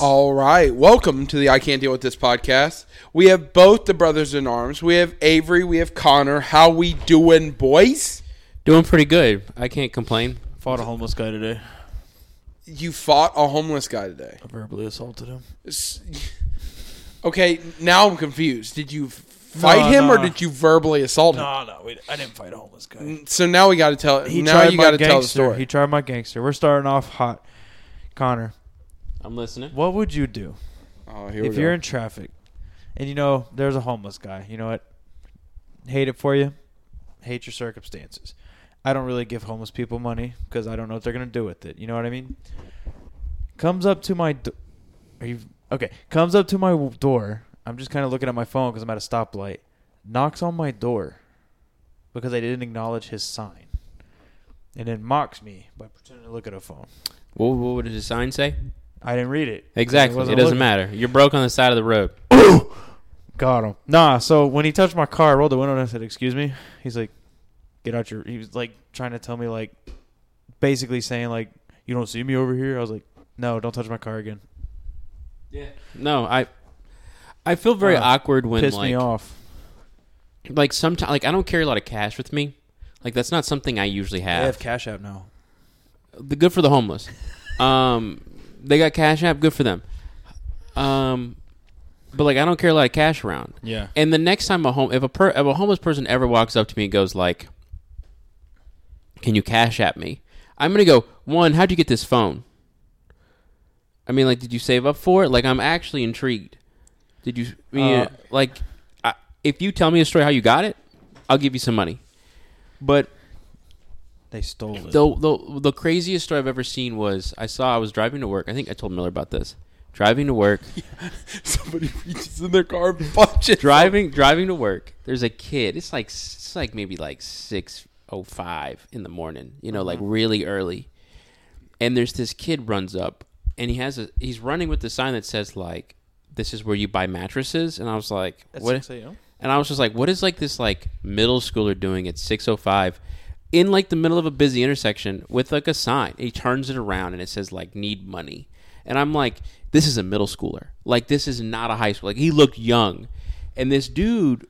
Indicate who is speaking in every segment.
Speaker 1: All right. Welcome to the I Can't Deal with This podcast. We have both the brothers in arms. We have Avery. We have Connor. How we doing, boys?
Speaker 2: Doing pretty good. I can't complain.
Speaker 3: Fought a homeless guy today.
Speaker 1: You fought a homeless guy today.
Speaker 3: I verbally assaulted him.
Speaker 1: S- Okay, now I'm confused. Did you fight
Speaker 3: No,
Speaker 1: him or
Speaker 3: no.
Speaker 1: did you verbally assault him?
Speaker 3: No, no, we, I didn't fight a homeless guy.
Speaker 1: So now we got to tell.
Speaker 4: He
Speaker 1: now
Speaker 4: tried
Speaker 1: you
Speaker 4: my
Speaker 1: got to tell the
Speaker 4: gangster.
Speaker 1: story.
Speaker 4: He tried my gangster. We're starting off hot. Connor,
Speaker 2: I'm listening.
Speaker 4: what would you do
Speaker 1: oh, here
Speaker 4: if
Speaker 1: we
Speaker 4: you're
Speaker 1: go.
Speaker 4: in traffic and you know there's a homeless guy? You know what? Hate it for you. Hate your circumstances. I don't really give homeless people money because I don't know what they're gonna do with it. You know what I mean? Comes up to my, do- are you okay? Comes up to my w- door. I'm just kind of looking at my phone because I'm at a stoplight. Knocks on my door because I didn't acknowledge his sign, and then mocks me by pretending to look at a phone.
Speaker 2: What, what would his sign say?
Speaker 4: I didn't read it.
Speaker 2: Exactly. It doesn't matter. You're broke on the side of the road.
Speaker 4: Got him. Nah, so when he touched my car, I rolled the window and I said, Excuse me. He's like, Get out your. He was like trying to tell me, like, basically saying, like, You don't see me over here. I was like, No, don't touch my car again.
Speaker 2: No, I I feel very
Speaker 4: Uh,
Speaker 2: awkward when
Speaker 4: Pissed
Speaker 2: like
Speaker 4: me off.
Speaker 2: like sometimes like I don't carry a lot of cash with me. Like that's not something I usually
Speaker 4: They have
Speaker 2: have.
Speaker 4: Cash App now.
Speaker 2: The good for the homeless. um they got cash app, good for them. Um but like I don't carry a lot of cash around.
Speaker 3: Yeah.
Speaker 2: And the next time a home, if a per, if a homeless person ever walks up to me and goes like, "Can you cash at me?" I'm gonna go one. How'd you get this phone? I mean, like, did you save up for it? Like, I'm actually intrigued. Did you I mean,
Speaker 4: Uh,
Speaker 2: like, I, if you tell me a story how you got it, I'll give you some money. But
Speaker 4: They stole it.
Speaker 2: the, the the craziest story I've ever seen was I saw I was driving to work. I think I told Miller about this. Driving to work,
Speaker 1: Somebody reaches in their car and punches.
Speaker 2: driving driving to work there's a kid it's like it's like maybe like 605 in the morning you know like really early and there's this kid runs up and he has a he's running with the sign that says like this is where you buy mattresses and i was like
Speaker 4: At
Speaker 2: what
Speaker 4: 6 a.m.?
Speaker 2: and i was just like what is like this like middle schooler doing at 605 in like the middle of a busy intersection with like a sign he turns it around and it says like need money and i'm like this is a middle schooler like this is not a high school like he looked young and this dude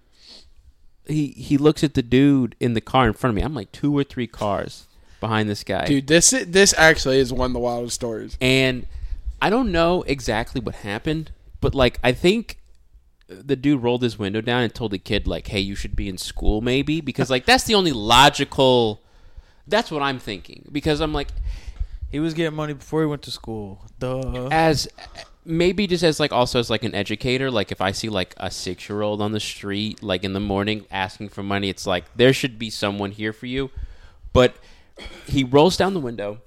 Speaker 2: he he looks at the dude in the car in front of me i'm like two or three cars behind this guy
Speaker 1: Dude, this i- this actually is one of the wildest stories.
Speaker 2: and I don't know exactly what happened, but like I think the dude rolled his window down and told the kid like, "Hey, you should be in school maybe," because like that's the only logical. That's what I'm thinking because I'm like,
Speaker 4: He was getting money before he went to school. Duh.
Speaker 2: as maybe just as like also as like an educator, like if I see like a six year old on the street like in the morning asking for money, it's like there should be someone here for you. But he rolls down the window,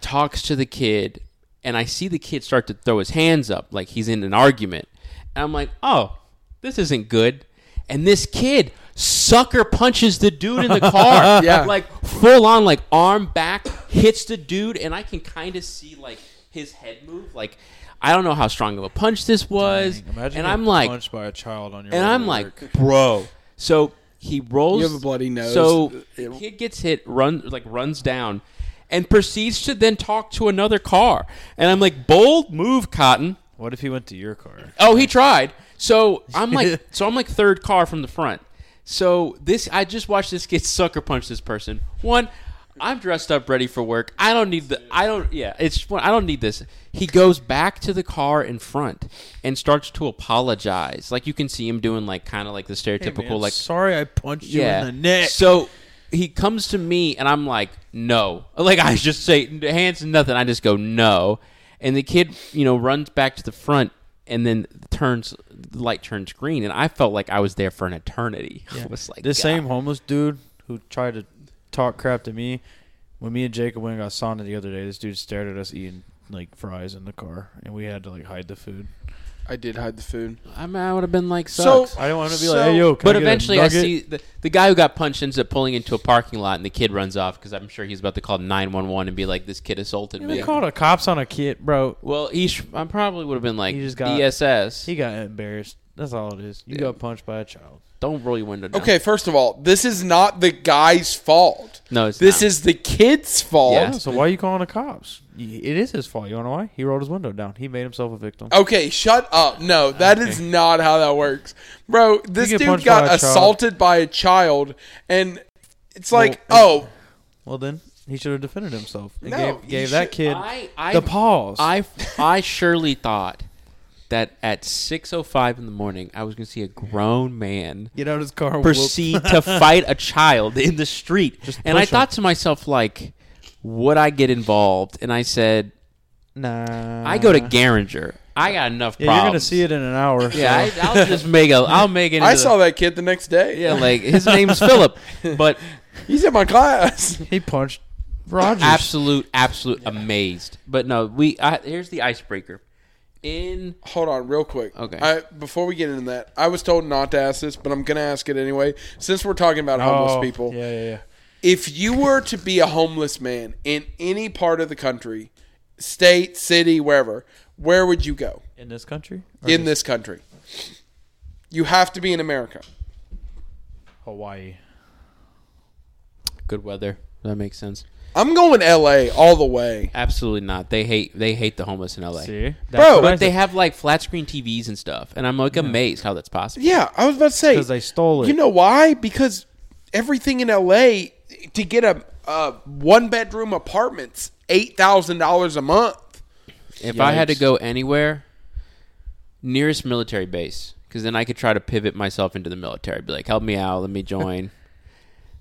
Speaker 2: talks to the kid, and I see the kid start to throw his hands up like he's in an argument. And I'm like, oh, this isn't good. And this kid sucker punches the dude in the car.
Speaker 1: Yeah.
Speaker 2: Like full on, like arm back, hits the dude, and I can kind of see like his head move. Like, I don't know how strong of a punch this was.
Speaker 4: Imagine
Speaker 2: and
Speaker 4: getting
Speaker 2: I'm like,
Speaker 4: punched by a child on your
Speaker 2: and
Speaker 4: way to
Speaker 2: I'm
Speaker 4: work.
Speaker 2: like, bro. So he rolls.
Speaker 1: You have a bloody nose.
Speaker 2: So
Speaker 1: Ew.
Speaker 2: the kid gets hit, run like runs down, and proceeds to then talk to another car. And I'm like, bold move, Cotton.
Speaker 4: What if he went to your car?
Speaker 2: Oh, he tried. So I'm like, so I'm like third car from the front. So this, I just watched this kid sucker punch this person. One, I'm dressed up, ready for work. I don't need the, I don't, yeah, it's, I don't need this. He goes back to the car in front and starts to apologize. Like you can see him doing, like kind of like the stereotypical, like
Speaker 3: sorry I punched you in the neck.
Speaker 2: so he comes to me and I'm like, no. Like I just say hands nothing. I just go no. And the kid, you know, runs back to the front and then turns the light turns green and I felt like I was there for an eternity. I was like
Speaker 4: This
Speaker 2: God.
Speaker 4: same homeless dude who tried to talk crap to me when me and Jacob went and got sauna the other day. This dude stared at us eating like fries in the car, and we had to like hide the food.
Speaker 1: I did hide the food.
Speaker 2: I, mean, I would have been like
Speaker 1: So-
Speaker 2: sucks.
Speaker 4: I didn't want to be
Speaker 1: So-
Speaker 4: like, "Hey yo," can
Speaker 2: but
Speaker 4: I get a
Speaker 2: eventually, I
Speaker 4: nugget?"
Speaker 2: see the, the guy who got punched ends up pulling into a parking lot, and the kid runs off because I'm sure he's about to call 911 and be like, "This kid assaulted
Speaker 4: Yeah,
Speaker 2: me."
Speaker 4: They called the cops on a kid, bro.
Speaker 2: well, he sh- I probably would have been like
Speaker 4: He just got-
Speaker 2: ESS.
Speaker 4: He got embarrassed. That's all it is. You got punched by a child.
Speaker 2: Don't roll your window down.
Speaker 1: Okay, first of all, this is not the guy's fault.
Speaker 2: No, it's
Speaker 1: this
Speaker 2: not.
Speaker 1: is the kid's fault.
Speaker 2: Yeah.
Speaker 4: Oh, So why are you calling the cops? Y- It is his fault. You wanna know why? He rolled his window down. He made himself a victim.
Speaker 2: Oh.
Speaker 1: Okay, shut up. No, that is not how that works. Bro, this
Speaker 4: get
Speaker 1: dude
Speaker 4: punched by a
Speaker 1: got
Speaker 4: child.
Speaker 1: assaulted by a child and it's like, oh,
Speaker 4: Well, then he should have defended himself and
Speaker 1: No,
Speaker 4: gave,
Speaker 1: you
Speaker 4: gave that
Speaker 1: should-
Speaker 4: kid
Speaker 2: I- I-
Speaker 4: the pause.
Speaker 2: I I surely thought that at 6:05 in the morning I was going to see a grown man
Speaker 4: Get out of his car. whoop.
Speaker 2: proceed to fight a child in the street.
Speaker 4: Just
Speaker 2: and I
Speaker 4: push him.
Speaker 2: thought to myself like would I get involved? And I said
Speaker 4: Nah.
Speaker 2: I go to Garringer. I got enough
Speaker 4: Uh-huh. Yeah,
Speaker 2: problems.
Speaker 4: you're gonna see it in an hour.
Speaker 2: Yeah, I,
Speaker 4: so-
Speaker 2: I'll just make a I'll make it
Speaker 1: I
Speaker 2: into the-
Speaker 1: saw that kid the next day.
Speaker 2: Yeah, like his name's Philip, but
Speaker 1: He's in my class.
Speaker 4: he punched Rogers.
Speaker 2: absolute absolute amazed. But no, we I, here's the icebreaker. In
Speaker 1: Hold on, real quick.
Speaker 2: Okay.
Speaker 1: I, before we get into that, I was told not to ask this, but I'm going to ask it anyway. Since we're talking about homeless
Speaker 4: Oh,
Speaker 1: people,
Speaker 4: Yeah, yeah, yeah.
Speaker 1: if you were to be a homeless man in any part of the country, state, city, wherever, where would you go
Speaker 4: In this country? Or
Speaker 1: in
Speaker 4: just
Speaker 1: this country? You have to be in America.
Speaker 4: Hawaii.
Speaker 2: good weather, that makes sense.
Speaker 1: I'm going LA all the way.
Speaker 2: Absolutely not. They hate they hate the homeless in LA.
Speaker 4: See,
Speaker 1: Bro,
Speaker 2: But they have like flat screen TVs and stuff, and I'm like amazed how that's possible.
Speaker 1: Yeah, I was about to say
Speaker 4: because they stole it.
Speaker 1: You know why? Because everything in LA to get a, a one bedroom apartment's eight thousand dollars a month.
Speaker 2: If I had to
Speaker 4: Yikes.
Speaker 2: go anywhere, nearest military base, because then I could try to pivot myself into the military. Be like, help me out, let me join,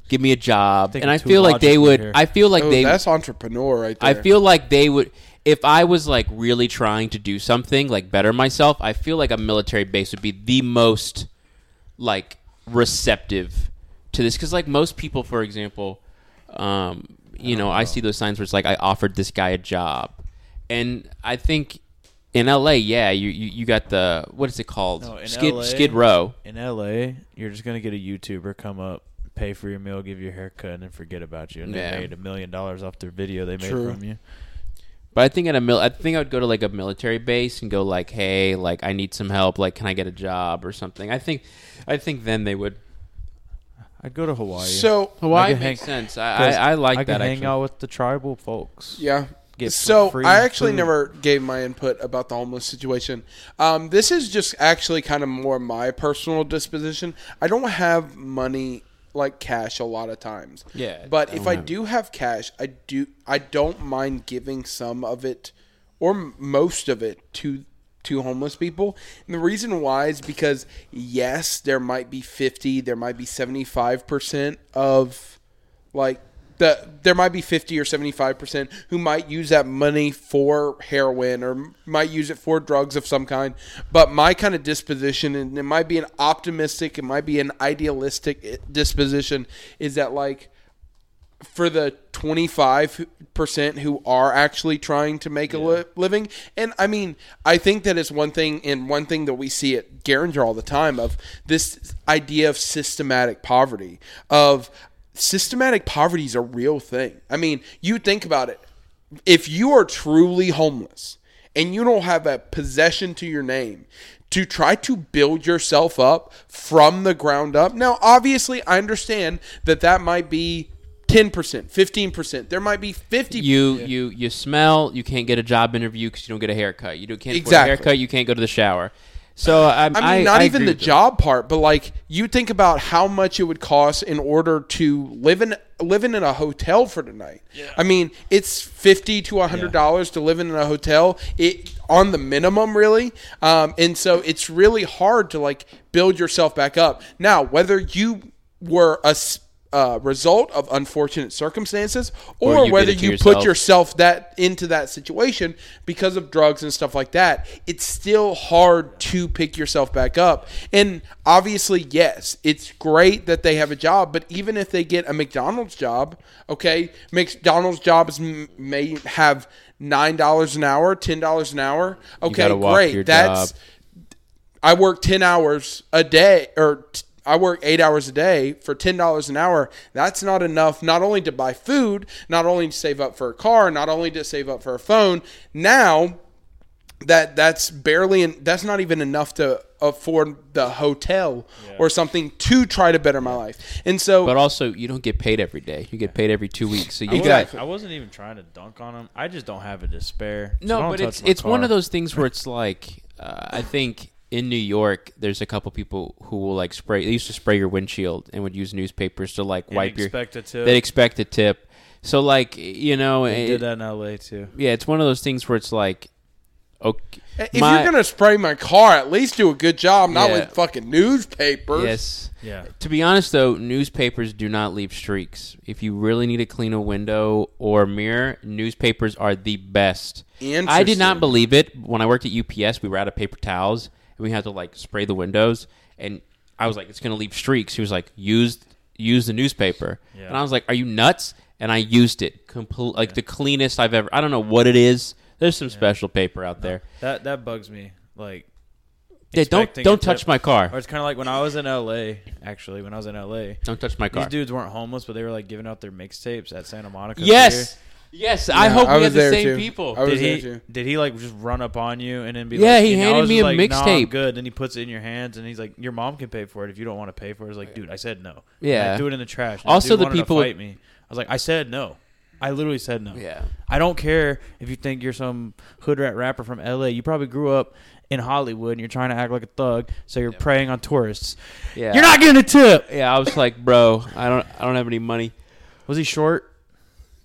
Speaker 2: give me a job,
Speaker 4: Thinking
Speaker 2: and I
Speaker 4: too
Speaker 2: feel like they
Speaker 4: logically
Speaker 2: would.
Speaker 4: here.
Speaker 2: I feel like
Speaker 1: Oh,
Speaker 2: they.
Speaker 1: that's entrepreneur right there.
Speaker 2: I feel like they would. If I was like really trying to do something like better myself, I feel like a military base would be the most like receptive to this because like most people, for example, um, you know, I see those signs where it's like I offered this guy a job, and I think in LA, yeah, you you, you got the what is it called
Speaker 4: No, in
Speaker 2: Skid
Speaker 4: LA,
Speaker 2: Skid Row.
Speaker 4: in LA, you're just gonna get a YouTuber come up, pay for your meal, give you a haircut, and then forget about you. And
Speaker 2: Yeah.
Speaker 4: they made a million dollars off their video they made
Speaker 1: True.
Speaker 4: from you.
Speaker 2: But I think at a mil- I think I would go to like a military base and go like, hey, like I need some help. Like, can I get a job or something? I think, I think then they would.
Speaker 4: I'd go to Hawaii.
Speaker 1: so.
Speaker 2: Hawaii
Speaker 4: I could
Speaker 2: makes sense. I
Speaker 4: 'cause
Speaker 2: I, I like
Speaker 4: I could
Speaker 2: that.
Speaker 4: hang
Speaker 2: actually.
Speaker 4: out with the tribal folks.
Speaker 1: Yeah.
Speaker 4: Get some
Speaker 1: so
Speaker 4: free
Speaker 1: I actually
Speaker 4: food.
Speaker 1: never gave my input about the homeless situation. Um, this is just actually kind of more my personal disposition. I don't have money like cash a lot of times.
Speaker 2: Yeah,
Speaker 1: But
Speaker 2: I
Speaker 1: if
Speaker 2: don't
Speaker 1: I
Speaker 2: have-
Speaker 1: do have cash, I do I don't mind giving some of it or m- most of it to to homeless people. And the reason why is because yes, there might be 50, there might be 75% of like the there might be 50 or 75% who might use that money for heroin or m- might use it for drugs of some kind but my kind of disposition and it might be an optimistic it might be an idealistic eh, disposition is that like for the 25% who are actually trying to make a li- living and i mean i think that is one thing and one thing that we see at Garinger all the time of this idea of systematic poverty of systematic poverty is a real thing i mean you think about it if you are truly homeless and you don't have a possession to your name to try to build yourself up from the ground up now obviously i understand that that might be 10%, 15%. There might be 50
Speaker 2: You you you smell. You can't get a job interview because you don't get a haircut. You don't, can't afford a
Speaker 1: Exactly.
Speaker 2: haircut. You can't go to the shower. So I'm,
Speaker 1: I mean, not
Speaker 2: I
Speaker 1: even
Speaker 2: agree
Speaker 1: the
Speaker 2: with you.
Speaker 1: job part, but like you think about how much it would cost in order to live in living in a hotel for tonight. I mean, it's fifty to hundred dollars to live in a hotel. It on the minimum, really, um, and so it's really hard to like build yourself back up. Now, whether you were a s- uh, result of unfortunate circumstances, or,
Speaker 2: you did
Speaker 1: whether
Speaker 2: it to
Speaker 1: you put
Speaker 2: yourself.
Speaker 1: your yourself that into that situation because of drugs and stuff like that, it's still hard to pick yourself back up. And obviously, yes, it's great that they have a job, but even if they get a McDonald's job, okay, McDonald's jobs m- may have nine dollars an hour, ten dollars an hour. Okay,
Speaker 2: gotta walk your
Speaker 1: great. That's
Speaker 2: job.
Speaker 1: I work 10 hours a day or t- I work 8 hours a day for $10 an hour. That's not enough not only to buy food, not only to save up for a car, not only to save up for a phone. Now that that's barely and that's not even enough to afford the hotel or something to try to better my life. And so
Speaker 2: But also, you don't get paid every day. You get paid every two weeks. So you
Speaker 4: I
Speaker 2: got
Speaker 4: wasn't, I wasn't even trying to dunk on him. I just don't have a despair.
Speaker 2: No, but it's it's one of those things where it's like uh, I think in New York there's a couple people who will like spray. They used to spray your windshield and would use newspapers to like wipe your.
Speaker 4: expect a tip.
Speaker 2: They expect a tip. So like you know,
Speaker 4: I
Speaker 2: it-
Speaker 4: did that in L.A. too.
Speaker 2: yeah, it's one of those things where it's like, okay,
Speaker 1: eh, if
Speaker 2: my-
Speaker 1: you're gonna spray my car, at least do a good job, not
Speaker 2: Yeah.
Speaker 1: with fucking newspapers.
Speaker 2: yes.
Speaker 4: Yeah,
Speaker 2: To be honest, though, newspapers do not leave streaks. If you really need to clean a window or a mirror, newspapers are the best. I did
Speaker 1: Interesting.
Speaker 2: not believe it when I worked at UPS. We were out of paper towels, and we had to like spray the windows. And I was like, "It's going to leave streaks." He was like, "Use use the newspaper,"
Speaker 4: Yeah.
Speaker 2: and I was like, "Are you nuts?" And I used it, complete like the cleanest I've ever. I don't know what it is. There's some special paper out there.
Speaker 4: that that bugs me. Like,
Speaker 2: Yeah, don't
Speaker 4: expecting
Speaker 2: don't
Speaker 4: a
Speaker 2: touch
Speaker 4: tip.
Speaker 2: my car.
Speaker 4: or it's kind of like when I was in L.A. Actually, when I was in L.A.,
Speaker 2: Don't touch my
Speaker 4: these
Speaker 2: car.
Speaker 4: dudes weren't homeless, but they were like giving out their mixtapes at Santa Monica.
Speaker 2: Yes, yes. I
Speaker 1: Yeah,
Speaker 2: hope
Speaker 1: I
Speaker 2: we
Speaker 1: was
Speaker 2: have the
Speaker 1: there
Speaker 2: same
Speaker 1: too.
Speaker 2: people.
Speaker 1: I was
Speaker 4: Oh, Did
Speaker 1: there
Speaker 4: he,
Speaker 1: too.
Speaker 4: did he like just run up on you and then be
Speaker 2: Yeah,
Speaker 4: like,
Speaker 2: he
Speaker 4: you know, I
Speaker 2: handed
Speaker 4: was
Speaker 2: me
Speaker 4: just
Speaker 2: a
Speaker 4: like, "Nah, I'm
Speaker 2: mixtape."
Speaker 4: good. Then he puts it in your hands and he's like, your mom can pay for it if you don't want to pay for it. I was like, dude, I said no.
Speaker 2: Yeah.
Speaker 4: I threw it in the trash. And
Speaker 2: Also,
Speaker 4: dude
Speaker 2: the
Speaker 4: wanted to
Speaker 2: people-
Speaker 4: fight me. I was like, I said no. I literally said no.
Speaker 2: Yeah.
Speaker 4: I don't care if you think you're some hood rat rapper from LA. You probably grew up in Hollywood and you're trying to act like a thug, so you're preying on tourists.
Speaker 2: Yeah.
Speaker 4: You're not getting a tip.
Speaker 2: Yeah, I was like, bro, I don't, I don't have any money.
Speaker 4: Was he short? Oh.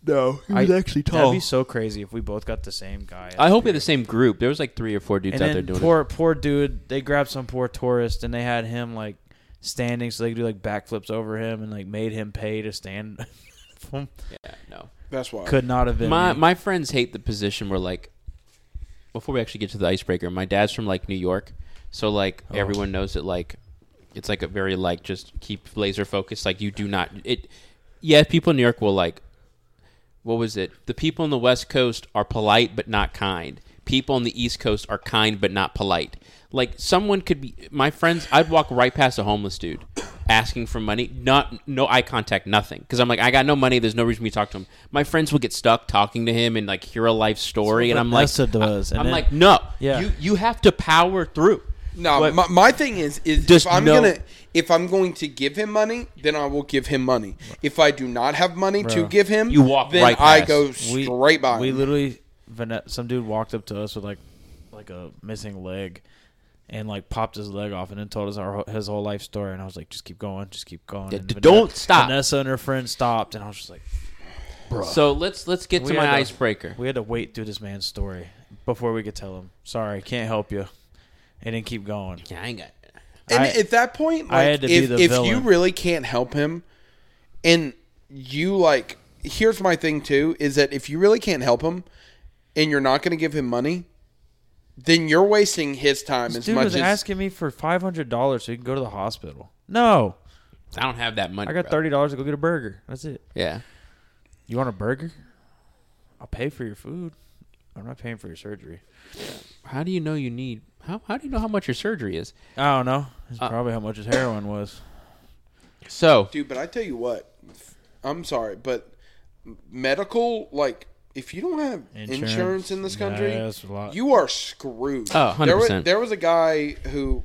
Speaker 1: No, he
Speaker 4: was
Speaker 1: actually
Speaker 4: That'd be so crazy if we both got the same guy.
Speaker 2: I hope we had the same group. There was like three or four dudes
Speaker 4: and
Speaker 2: out there
Speaker 4: then
Speaker 2: doing
Speaker 4: poor poor dude, they grabbed some poor tourist and they had him like standing so they could do like backflips over him and like made him pay to stand.
Speaker 2: it. Yeah, no.
Speaker 1: That's why.
Speaker 4: Could not have been
Speaker 2: My
Speaker 4: me.
Speaker 2: my friends hate the position where like, before we actually get to the icebreaker, my dad's from like New York, so like
Speaker 1: Oh.
Speaker 2: everyone knows that like, it's like a very like just keep laser focused. Like you do not it. Yeah, people in New York will like. What was it? The people on the West Coast are polite but not kind. People on the East Coast are kind but not polite. Like someone could be my friends. I'd walk right past a homeless dude, asking for money. Not no eye contact, nothing. Because I'm like, I got no money. There's no reason for me to talk to him. My friends will get stuck talking to him and like hear a life story, and I'm like,
Speaker 4: Vanessa does,
Speaker 2: I,
Speaker 4: and
Speaker 2: am
Speaker 4: then-
Speaker 2: like, no,
Speaker 4: Yeah.
Speaker 2: you you have to power through.
Speaker 1: No,
Speaker 2: What-
Speaker 1: my, my thing is is
Speaker 2: Just
Speaker 1: if I'm
Speaker 2: no-
Speaker 1: gonna if I'm going to give him money, then I will give him money. If I do not have money to
Speaker 4: Bro.
Speaker 1: give him,
Speaker 2: You walk
Speaker 1: then
Speaker 2: right
Speaker 1: I
Speaker 2: past.
Speaker 1: go
Speaker 4: we,
Speaker 1: straight by.
Speaker 4: We
Speaker 1: him.
Speaker 4: literally, Vane- some dude walked up to us with like, like a missing leg, and like popped his leg off, and then told us our, his whole life story. And I was like, just keep going, just keep going.
Speaker 2: Yeah,
Speaker 4: And
Speaker 2: d- don't stop.
Speaker 4: Vanessa and her friend stopped, and I was just like,
Speaker 2: So let's let's get to
Speaker 4: We
Speaker 2: my
Speaker 4: had a-
Speaker 2: icebreaker.
Speaker 4: we had to wait through this man's story before we could tell him. Sorry, can't help you. And then keep going.
Speaker 2: yeah, I ain't got.
Speaker 1: and
Speaker 4: I-
Speaker 1: at that point,
Speaker 4: I
Speaker 1: like,
Speaker 4: had to be
Speaker 1: if,
Speaker 4: the
Speaker 1: if you
Speaker 4: villain.
Speaker 1: really can't help him, and you like, here's my thing too is that if you really can't help him, and you're not going to give him money, then you're wasting his time as
Speaker 4: Dude
Speaker 1: much
Speaker 4: was
Speaker 1: as
Speaker 4: asking me for five hundred dollars so he can go to the hospital. No,
Speaker 2: I don't have that money.
Speaker 4: I got
Speaker 2: bro.
Speaker 4: thirty dollars to go get a burger. That's it.
Speaker 2: Yeah.
Speaker 4: You want a burger? I'll pay for your food. I'm not paying for your surgery.
Speaker 2: How do you know you need? How how do you know how much your surgery is?
Speaker 4: I don't know. It's
Speaker 1: Uh,
Speaker 4: probably how much his heroin was.
Speaker 2: So
Speaker 1: Dude, but I tell you what, I'm sorry, but medical, like, if you don't have insurance,
Speaker 4: Insurance?
Speaker 1: in this
Speaker 4: Nah,
Speaker 1: country,
Speaker 4: that's a lot.
Speaker 1: you are screwed.
Speaker 2: Oh,
Speaker 1: There was,
Speaker 2: 100%.
Speaker 1: there was a guy who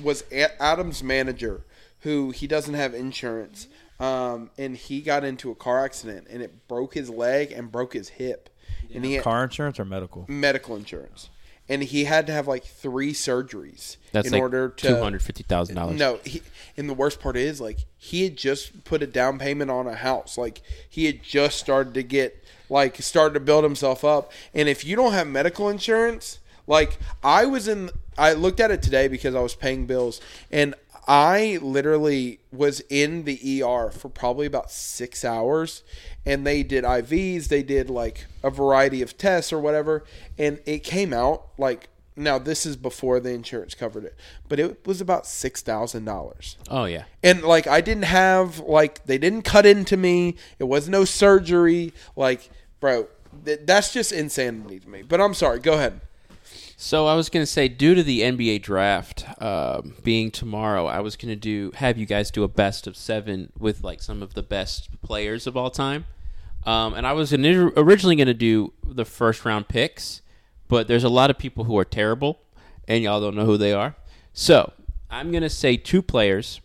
Speaker 1: was a- Adam's manager who he doesn't have insurance, um, and he got into a car accident and it broke his leg and broke his hip, and he had
Speaker 4: Car insurance or medical?
Speaker 1: medical insurance, and he had to have like three surgeries
Speaker 2: that's
Speaker 1: in
Speaker 2: like
Speaker 1: order to
Speaker 2: two hundred fifty thousand dollars.
Speaker 1: no, he, and the worst part is like he had just put a down payment on a house. Like he had just started to get like started to build himself up. And if you don't have medical insurance, like I was in I looked at it today because I was paying bills and I literally was in the ER for probably about 6 hours and they did IVs, they did like a variety of tests or whatever and it came out like now this is before the insurance covered it, but it was about six thousand dollars.
Speaker 2: Oh yeah.
Speaker 1: And like I didn't have like they didn't cut into me. It was no surgery. Like, bro, th- that's just insanity to me. But I'm sorry. Go ahead.
Speaker 2: So I was gonna say, due to the NBA draft um, being tomorrow, I was gonna do have you guys do a best of seven with like some of the best players of all time, um, and I was ini- originally gonna do the first round picks, but there's a lot of people who are terrible, and y'all don't know who they are. So I'm gonna say two players,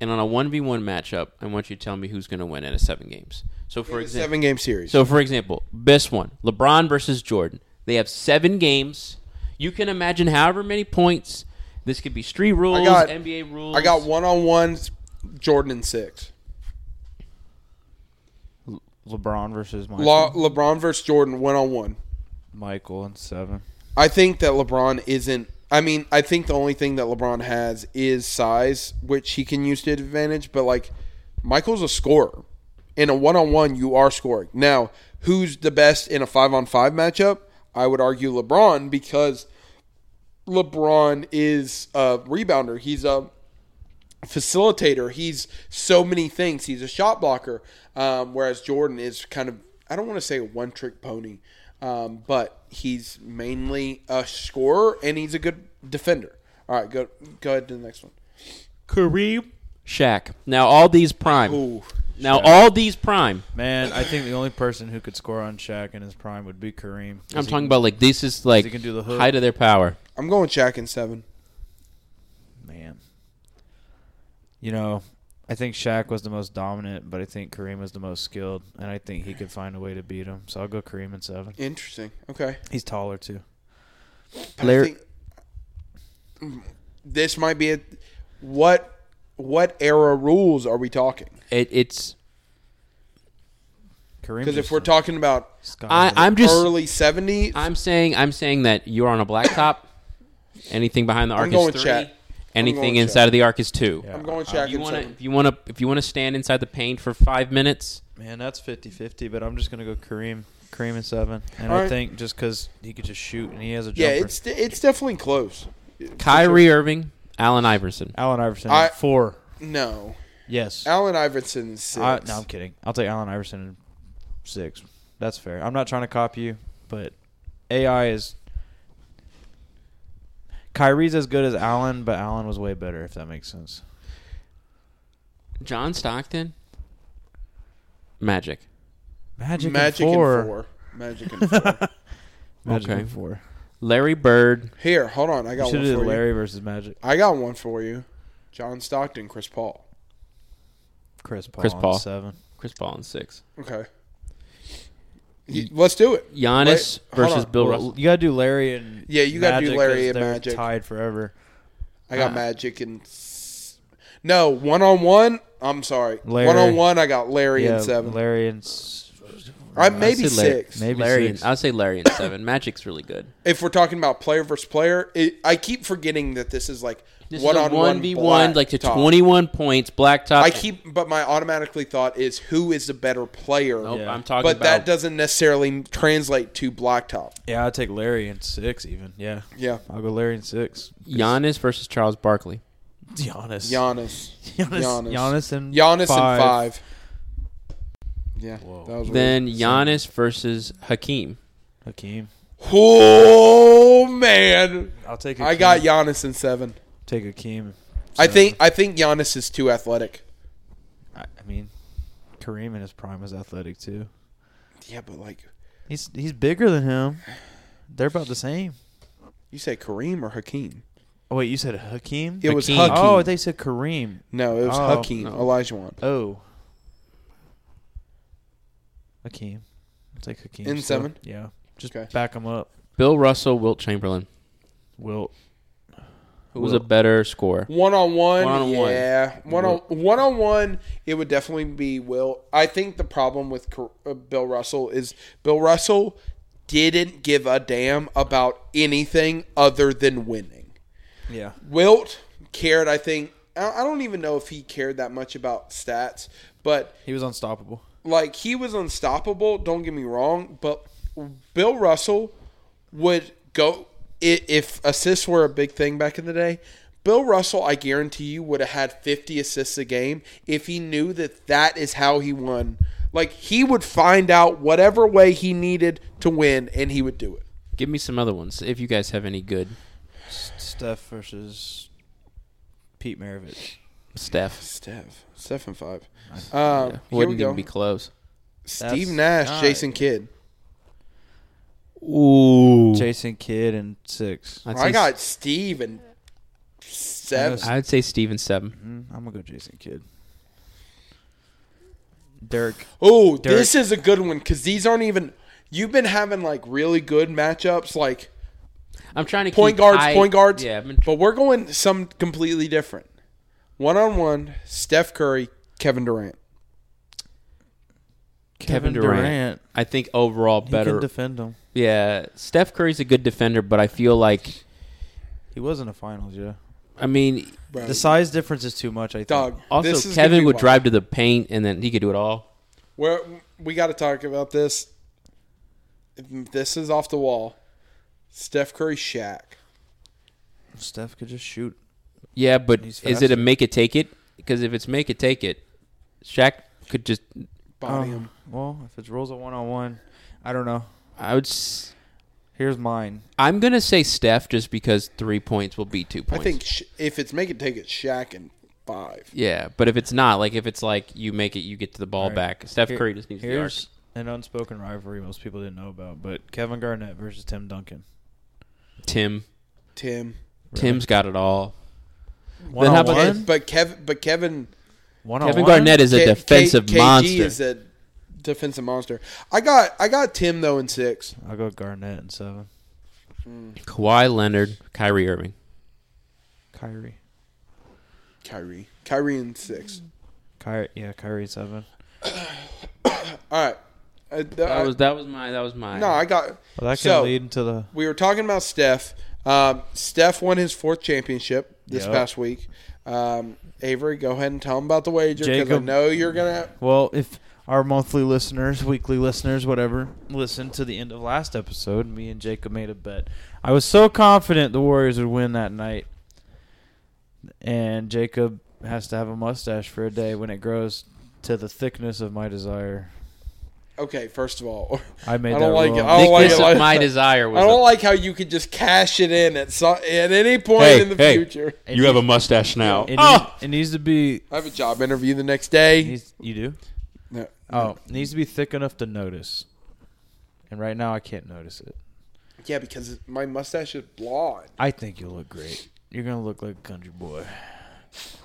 Speaker 2: and on a one v one matchup, I want you to tell me who's gonna win out of seven games. So for example,
Speaker 1: seven game series.
Speaker 2: so, for example, this one LeBron versus Jordan. They have seven games. You can imagine however many points. This could be street rules,
Speaker 1: I got
Speaker 2: NBA rules.
Speaker 1: I got one on one Jordan in six.
Speaker 4: LeBron versus Michael.
Speaker 1: La- LeBron versus Jordan one on one.
Speaker 4: Michael and seven.
Speaker 1: I think that LeBron isn't. I mean, I think the only thing that LeBron has is size, which he can use to advantage. But like, Michael's a scorer. In a one-on-one, you are scoring. Now, who's the best in a five-on-five matchup? I would argue LeBron because LeBron is a rebounder. He's a facilitator. He's so many things. He's a shot blocker. Um, whereas Jordan is kind of, I don't want to say a one trick pony, um, but he's mainly a scorer and he's a good defender. All right, go go ahead to the next one.
Speaker 3: Kareem.
Speaker 2: Shaq. Now all these prime.
Speaker 1: Ooh,
Speaker 2: Now all these prime.
Speaker 4: Man, I think the only person who could score on Shaq in his prime would be Kareem.
Speaker 2: I'm talking about like this is like
Speaker 4: he can do the hook.
Speaker 2: height of their power.
Speaker 1: I'm going Shaq in seven.
Speaker 4: Man. You know, I think Shaq was the most dominant, but I think Kareem was the most skilled, and I think he could find a way to beat him. So I'll go Kareem in seven.
Speaker 1: Interesting. Okay.
Speaker 4: He's taller too.
Speaker 1: I think this might be a what what era rules are we talking?
Speaker 2: It, it's
Speaker 4: Kareem.
Speaker 1: Because if
Speaker 4: just
Speaker 1: we're talking about
Speaker 4: sky
Speaker 2: I,
Speaker 4: high.
Speaker 2: I'm just
Speaker 1: early 70s,
Speaker 2: I'm saying I'm saying that you're on a blacktop. anything behind the arc
Speaker 1: I'm
Speaker 2: is
Speaker 1: going
Speaker 2: three.
Speaker 1: Shaq. I'm
Speaker 2: Anything
Speaker 1: going
Speaker 2: inside
Speaker 1: Shaq.
Speaker 2: of the arc is two. Uh,
Speaker 4: Yeah.
Speaker 1: I'm going Shaq
Speaker 2: If you
Speaker 1: in
Speaker 2: want to
Speaker 1: seven.
Speaker 2: if you want to if you want to stand inside the paint for five minutes,
Speaker 4: Man, that's 50-50, but I'm just gonna go Kareem. Kareem in seven, and I
Speaker 1: Alright.
Speaker 4: think just because he could just shoot and he has a jumper.
Speaker 1: Yeah, it's it's definitely close.
Speaker 2: Kyrie Irving, Allen Iverson.
Speaker 4: Allen Iverson
Speaker 1: I-
Speaker 4: in four.
Speaker 1: No,
Speaker 4: Yes.
Speaker 1: Allen Iverson is six.
Speaker 4: I, Uh, no, I'm kidding. I'll take Allen Iverson in six. That's fair. I'm not trying to copy you, but AI is. Kyrie's as good as Allen, but Allen was way better, if that makes sense.
Speaker 2: John Stockton. Magic.
Speaker 4: Magic,
Speaker 1: Magic
Speaker 4: in
Speaker 1: and
Speaker 4: four.
Speaker 1: four. Magic and four.
Speaker 4: Magic
Speaker 2: Okay.
Speaker 4: in four.
Speaker 2: Larry Bird.
Speaker 1: Here, hold on. I got
Speaker 4: Should
Speaker 1: one
Speaker 4: have
Speaker 1: for
Speaker 4: did
Speaker 1: you.
Speaker 4: Larry versus Magic.
Speaker 1: I got one for you. John Stockton, Chris Paul.
Speaker 4: Chris Paul.
Speaker 2: Chris
Speaker 4: on
Speaker 2: Paul.
Speaker 4: Seven.
Speaker 2: Chris Paul in six.
Speaker 1: Okay. Y- Let's do it.
Speaker 2: Giannis
Speaker 1: Wait, hold
Speaker 2: versus
Speaker 1: on.
Speaker 2: Bill
Speaker 4: Well,
Speaker 2: Russell.
Speaker 4: You gotta do Larry and
Speaker 1: Yeah, you gotta do
Speaker 4: Magic
Speaker 1: Larry
Speaker 4: 'cause
Speaker 1: and
Speaker 4: they're
Speaker 1: Magic.
Speaker 4: tied forever.
Speaker 1: I got
Speaker 2: Ah.
Speaker 1: Magic and s- no one on one. I'm sorry.
Speaker 4: Larry.
Speaker 1: One on one. I got Larry
Speaker 4: yeah,
Speaker 1: and seven.
Speaker 4: Larry and s-
Speaker 1: I maybe
Speaker 2: I'd say Larry-
Speaker 1: six.
Speaker 4: maybe
Speaker 2: Larry,
Speaker 4: six.
Speaker 2: I'd say Larry in seven. Magic's really good.
Speaker 1: If we're talking about player versus player, it, I keep forgetting that this is like
Speaker 2: This
Speaker 1: one
Speaker 2: is
Speaker 1: on
Speaker 2: a one v one, like to
Speaker 1: blacktop.
Speaker 2: twenty one points, black top.
Speaker 1: I keep, but my automatically thought is who is the better player.
Speaker 2: Nope,
Speaker 4: Yeah.
Speaker 2: I'm talking
Speaker 1: but
Speaker 2: about
Speaker 1: that doesn't necessarily translate to blacktop.
Speaker 4: yeah, I'd take Larry and six even. Yeah,
Speaker 1: Yeah,
Speaker 4: I'll go Larry and six.
Speaker 2: Giannis versus Charles Barkley.
Speaker 4: Giannis.
Speaker 1: Giannis,
Speaker 4: Giannis,
Speaker 1: Giannis.
Speaker 4: Giannis, and
Speaker 1: Giannis
Speaker 4: five.
Speaker 1: and five. Yeah,
Speaker 4: Whoa.
Speaker 1: that was
Speaker 2: Then Giannis versus Hakeem.
Speaker 4: Hakeem.
Speaker 1: weird. Oh man,
Speaker 4: I'll take.
Speaker 1: I got Giannis in seven.
Speaker 4: Take Hakeem.
Speaker 1: I think I think Giannis is too athletic.
Speaker 4: I, I mean, Kareem in his prime was athletic too.
Speaker 1: Yeah, but like
Speaker 4: He's he's bigger than him. They're about the same.
Speaker 1: you say, Kareem or Hakeem?
Speaker 4: Oh wait, you said Hakeem?
Speaker 1: It was
Speaker 2: Hakeem.
Speaker 1: Hakeem.
Speaker 4: Oh, they said Kareem.
Speaker 1: no, it was
Speaker 4: Oh,
Speaker 1: Hakeem
Speaker 2: no.
Speaker 1: Olajuwon
Speaker 4: Oh. Hakeem. I'll take Hakeem.
Speaker 1: In
Speaker 4: still.
Speaker 1: seven?
Speaker 4: Yeah. Just
Speaker 1: Okay.
Speaker 4: back him up.
Speaker 2: Bill Russell, Wilt Chamberlain.
Speaker 4: Wilt.
Speaker 2: Who was a
Speaker 4: Wilt.
Speaker 2: better scorer?
Speaker 1: One on one,
Speaker 2: One-on-one.
Speaker 1: yeah. One on one on one, it would definitely be Will. I think the problem with Car- uh, Bill Russell is Bill Russell didn't give a damn about anything other than winning.
Speaker 4: Yeah.
Speaker 1: Wilt cared, I think. I I don't even know if he cared that much about stats, but
Speaker 4: He was unstoppable.
Speaker 1: like he was unstoppable. Don't get me wrong, but Bill Russell would go i- if assists were a big thing back in the day. Bill Russell, I guarantee you, would have had 50 assists a game if he knew that that is how he won. Like he would find out whatever way he needed to win, and he would do it.
Speaker 2: Give me some other ones if you guys have any good.
Speaker 4: Steph versus Pete Maravich.
Speaker 2: Steph
Speaker 1: Steph, Steph and five. Um, here we
Speaker 2: wouldn't
Speaker 1: go.
Speaker 2: even be close.
Speaker 1: Steve
Speaker 4: That's
Speaker 1: Nash,
Speaker 4: not-
Speaker 1: Jason Kidd.
Speaker 2: Ooh,
Speaker 4: Mason, Kid, and six.
Speaker 2: I'd
Speaker 1: I
Speaker 2: say-
Speaker 1: got Steve and seven.
Speaker 2: I'd say Steven seven.
Speaker 4: Mm, I'm gonna go Jason Kidd. Dirk.
Speaker 1: Oh,
Speaker 4: Derek-
Speaker 1: this is a good one because these aren't even. You've been having like really good matchups, like
Speaker 2: I'm trying to
Speaker 1: point
Speaker 2: keep
Speaker 1: guards,
Speaker 2: eye-
Speaker 1: point guards.
Speaker 2: Yeah, I've been
Speaker 1: but we're going some completely different. One on one, Steph Curry, Kevin Durant.
Speaker 2: Kevin Durant. I think overall
Speaker 4: He can
Speaker 2: better.
Speaker 4: defend him.
Speaker 2: yeah, Steph Curry's a good defender, but I feel like
Speaker 4: He was in the finals, yeah.
Speaker 2: I mean,
Speaker 1: Bro,
Speaker 4: The size difference is too much. I think.
Speaker 1: dog. this
Speaker 2: also
Speaker 1: is gonna
Speaker 2: Kevin
Speaker 1: be
Speaker 2: would
Speaker 1: wild.
Speaker 2: drive to the paint and then he could do it all.
Speaker 1: We're, we got to talk about this. This is off the wall. Steph Curry, Shaq.
Speaker 4: Steph could just shoot.
Speaker 2: Yeah, but
Speaker 4: He's
Speaker 2: is it
Speaker 4: faster.
Speaker 2: a make it take it? Because if it's make it take it, Shaq could just.
Speaker 1: Body
Speaker 2: Um,
Speaker 4: Oh,
Speaker 1: him.
Speaker 4: Well, if it's rules of one on one, I don't know.
Speaker 2: I would. S-
Speaker 4: Here's mine.
Speaker 2: I'm gonna say Steph just because three points will be
Speaker 1: I
Speaker 2: two points.
Speaker 1: think sh- if it's make it take it, Shaq and five.
Speaker 2: Yeah, but if it's not, like if it's like you make it, you get to the ball
Speaker 4: All right.
Speaker 2: back. Steph
Speaker 4: Here-
Speaker 2: Curry just needs the arc.
Speaker 4: Here's an unspoken rivalry most people didn't know about, but Kevin Garnett versus Tim Duncan.
Speaker 2: Tim.
Speaker 1: Tim.
Speaker 2: Tim's got it all.
Speaker 4: One
Speaker 2: how
Speaker 4: on
Speaker 2: about
Speaker 4: one.
Speaker 1: But Kevin. But Kevin.
Speaker 4: One on
Speaker 2: Kevin
Speaker 4: one?
Speaker 2: Garnett is a
Speaker 1: K- K-
Speaker 2: defensive
Speaker 1: KG
Speaker 2: monster.
Speaker 1: is a defensive monster. I got I got Tim though in six.
Speaker 4: I'll go Garnett in seven.
Speaker 2: Kawhi Leonard, Kyrie Irving.
Speaker 4: Kyrie.
Speaker 1: Kyrie. Kyrie in six.
Speaker 4: Kyrie. Yeah, Kyrie in seven.
Speaker 1: All right. Uh, th-
Speaker 2: That was that was my that was my.
Speaker 1: no, I got.
Speaker 4: Well, that could
Speaker 1: So-
Speaker 4: lead into the
Speaker 1: We were talking about Steph. Um, Steph won his fourth championship this
Speaker 4: Yep.
Speaker 1: past week. Um, Avery, go ahead and tell him about the wager because I
Speaker 4: Jacob-
Speaker 1: know you're gonna.
Speaker 4: Well, if our monthly listeners, weekly listeners, whatever, listened to the end of last episode, me and Jacob made a bet. I was so confident the Warriors would win that night. And Jacob has to have a mustache for a day when it grows to the thickness of my desire.
Speaker 1: Okay, first of all,
Speaker 4: I made
Speaker 1: I don't
Speaker 4: that
Speaker 1: like
Speaker 4: rule.
Speaker 1: it. I don't like
Speaker 2: Thickness
Speaker 1: it like
Speaker 2: of my
Speaker 1: that.
Speaker 2: desire was.
Speaker 1: I don't
Speaker 2: a-
Speaker 1: like how you could just cash it in at so, at any point
Speaker 2: Hey,
Speaker 1: in the
Speaker 2: hey.
Speaker 1: future.
Speaker 4: It
Speaker 2: you have a
Speaker 4: needs-
Speaker 2: mustache now.
Speaker 4: It,
Speaker 2: Oh!
Speaker 4: needs, it needs to be.
Speaker 1: I have a job interview the next day.
Speaker 4: Needs, you do?
Speaker 1: No.
Speaker 4: Oh, it needs to be thick enough to notice. And right now, I can't notice it.
Speaker 1: Yeah, because my mustache is blonde.
Speaker 4: I think you'll look great. You're gonna look like a country boy.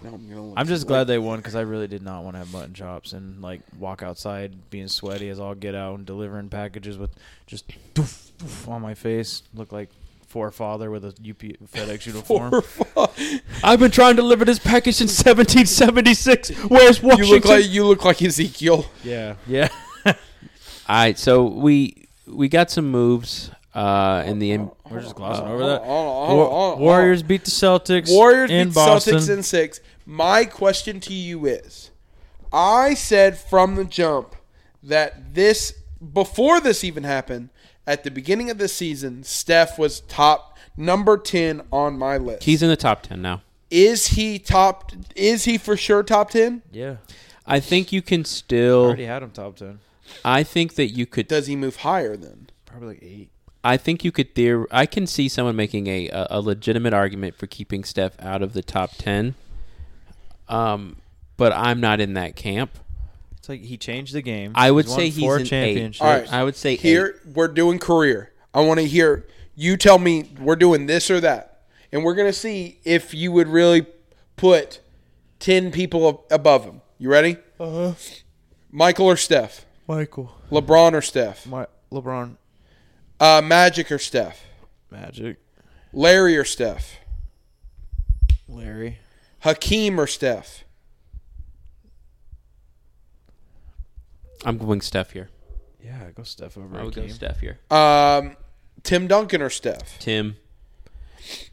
Speaker 1: Now I'm gonna. Look
Speaker 4: I'm just
Speaker 1: like-
Speaker 4: glad they won because I really did not want to have mutton chops and like walk outside being sweaty as all get out and delivering packages with just doof, doof on my face. Look like forefather with a UP FedEx uniform.
Speaker 2: I've been trying to deliver this package since 1776. Where's Washington?
Speaker 1: You look like you look like Ezekiel.
Speaker 4: yeah, yeah.
Speaker 2: All right, so we we got some moves uh, in the M-
Speaker 4: We're just glossing over
Speaker 1: Hold
Speaker 4: that.
Speaker 1: on, hold on,
Speaker 4: War-
Speaker 1: hold on, hold on.
Speaker 4: Warriors beat the Celtics.
Speaker 1: uh, Warriors
Speaker 4: in
Speaker 1: beat
Speaker 4: Boston.
Speaker 1: Celtics in six. My question to you is, I said from the jump that this before this even happened at the beginning of the season, Steph was top number ten on my list.
Speaker 2: he's in the top 10 now.
Speaker 1: is he top? Is he for sure top ten?
Speaker 4: yeah,
Speaker 2: I think you can still
Speaker 4: already had them top ten.
Speaker 2: I think that you could
Speaker 1: Does he move higher then?
Speaker 4: Probably like eight.
Speaker 2: I think you could theor- I can see someone making a, a a legitimate argument for keeping Steph out of the top 10. Um but I'm not in that camp.
Speaker 4: It's like he changed the game.
Speaker 2: I would
Speaker 4: He's won
Speaker 2: say he's
Speaker 4: four
Speaker 2: an eight.
Speaker 4: championships.
Speaker 1: All right.
Speaker 2: I would say
Speaker 1: Here we're doing career. I want to hear you tell me we're doing this or that, and we're gonna see if you would really put ten people ab- above him. You ready? Uh huh. Michael or Steph?
Speaker 4: Michael,
Speaker 1: LeBron or Steph?
Speaker 4: my LeBron,
Speaker 1: Uh, Magic or Steph?
Speaker 4: Magic,
Speaker 1: Larry or Steph?
Speaker 4: Larry.
Speaker 1: Hakeem or Steph?
Speaker 2: I'm going Steph here.
Speaker 4: Yeah, go Steph over.
Speaker 2: I would go
Speaker 4: Hakeem.
Speaker 2: Steph here.
Speaker 1: Um, Tim Duncan or Steph?
Speaker 2: Tim.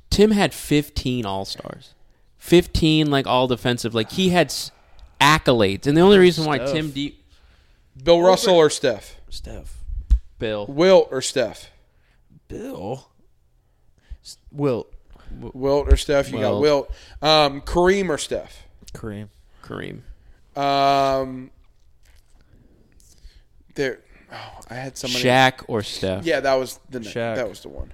Speaker 2: Tim had 15 All Stars, 15 like All Defensive. Like he had s- accolades, and the only reason why
Speaker 4: Steph.
Speaker 2: Tim D.
Speaker 1: Bill Russell or Steph?
Speaker 4: Steph.
Speaker 2: Bill
Speaker 1: Wilt or Steph?
Speaker 4: Bill. S- Wilt.
Speaker 1: Wilt or Steph? You got Wilt. Um, Kareem or Steph?
Speaker 4: Kareem.
Speaker 2: Kareem.
Speaker 1: Um, there. Oh, I had somebody.
Speaker 2: Shaq or Steph,
Speaker 1: Yeah, that was the next,
Speaker 4: Shaq.
Speaker 1: that was the one.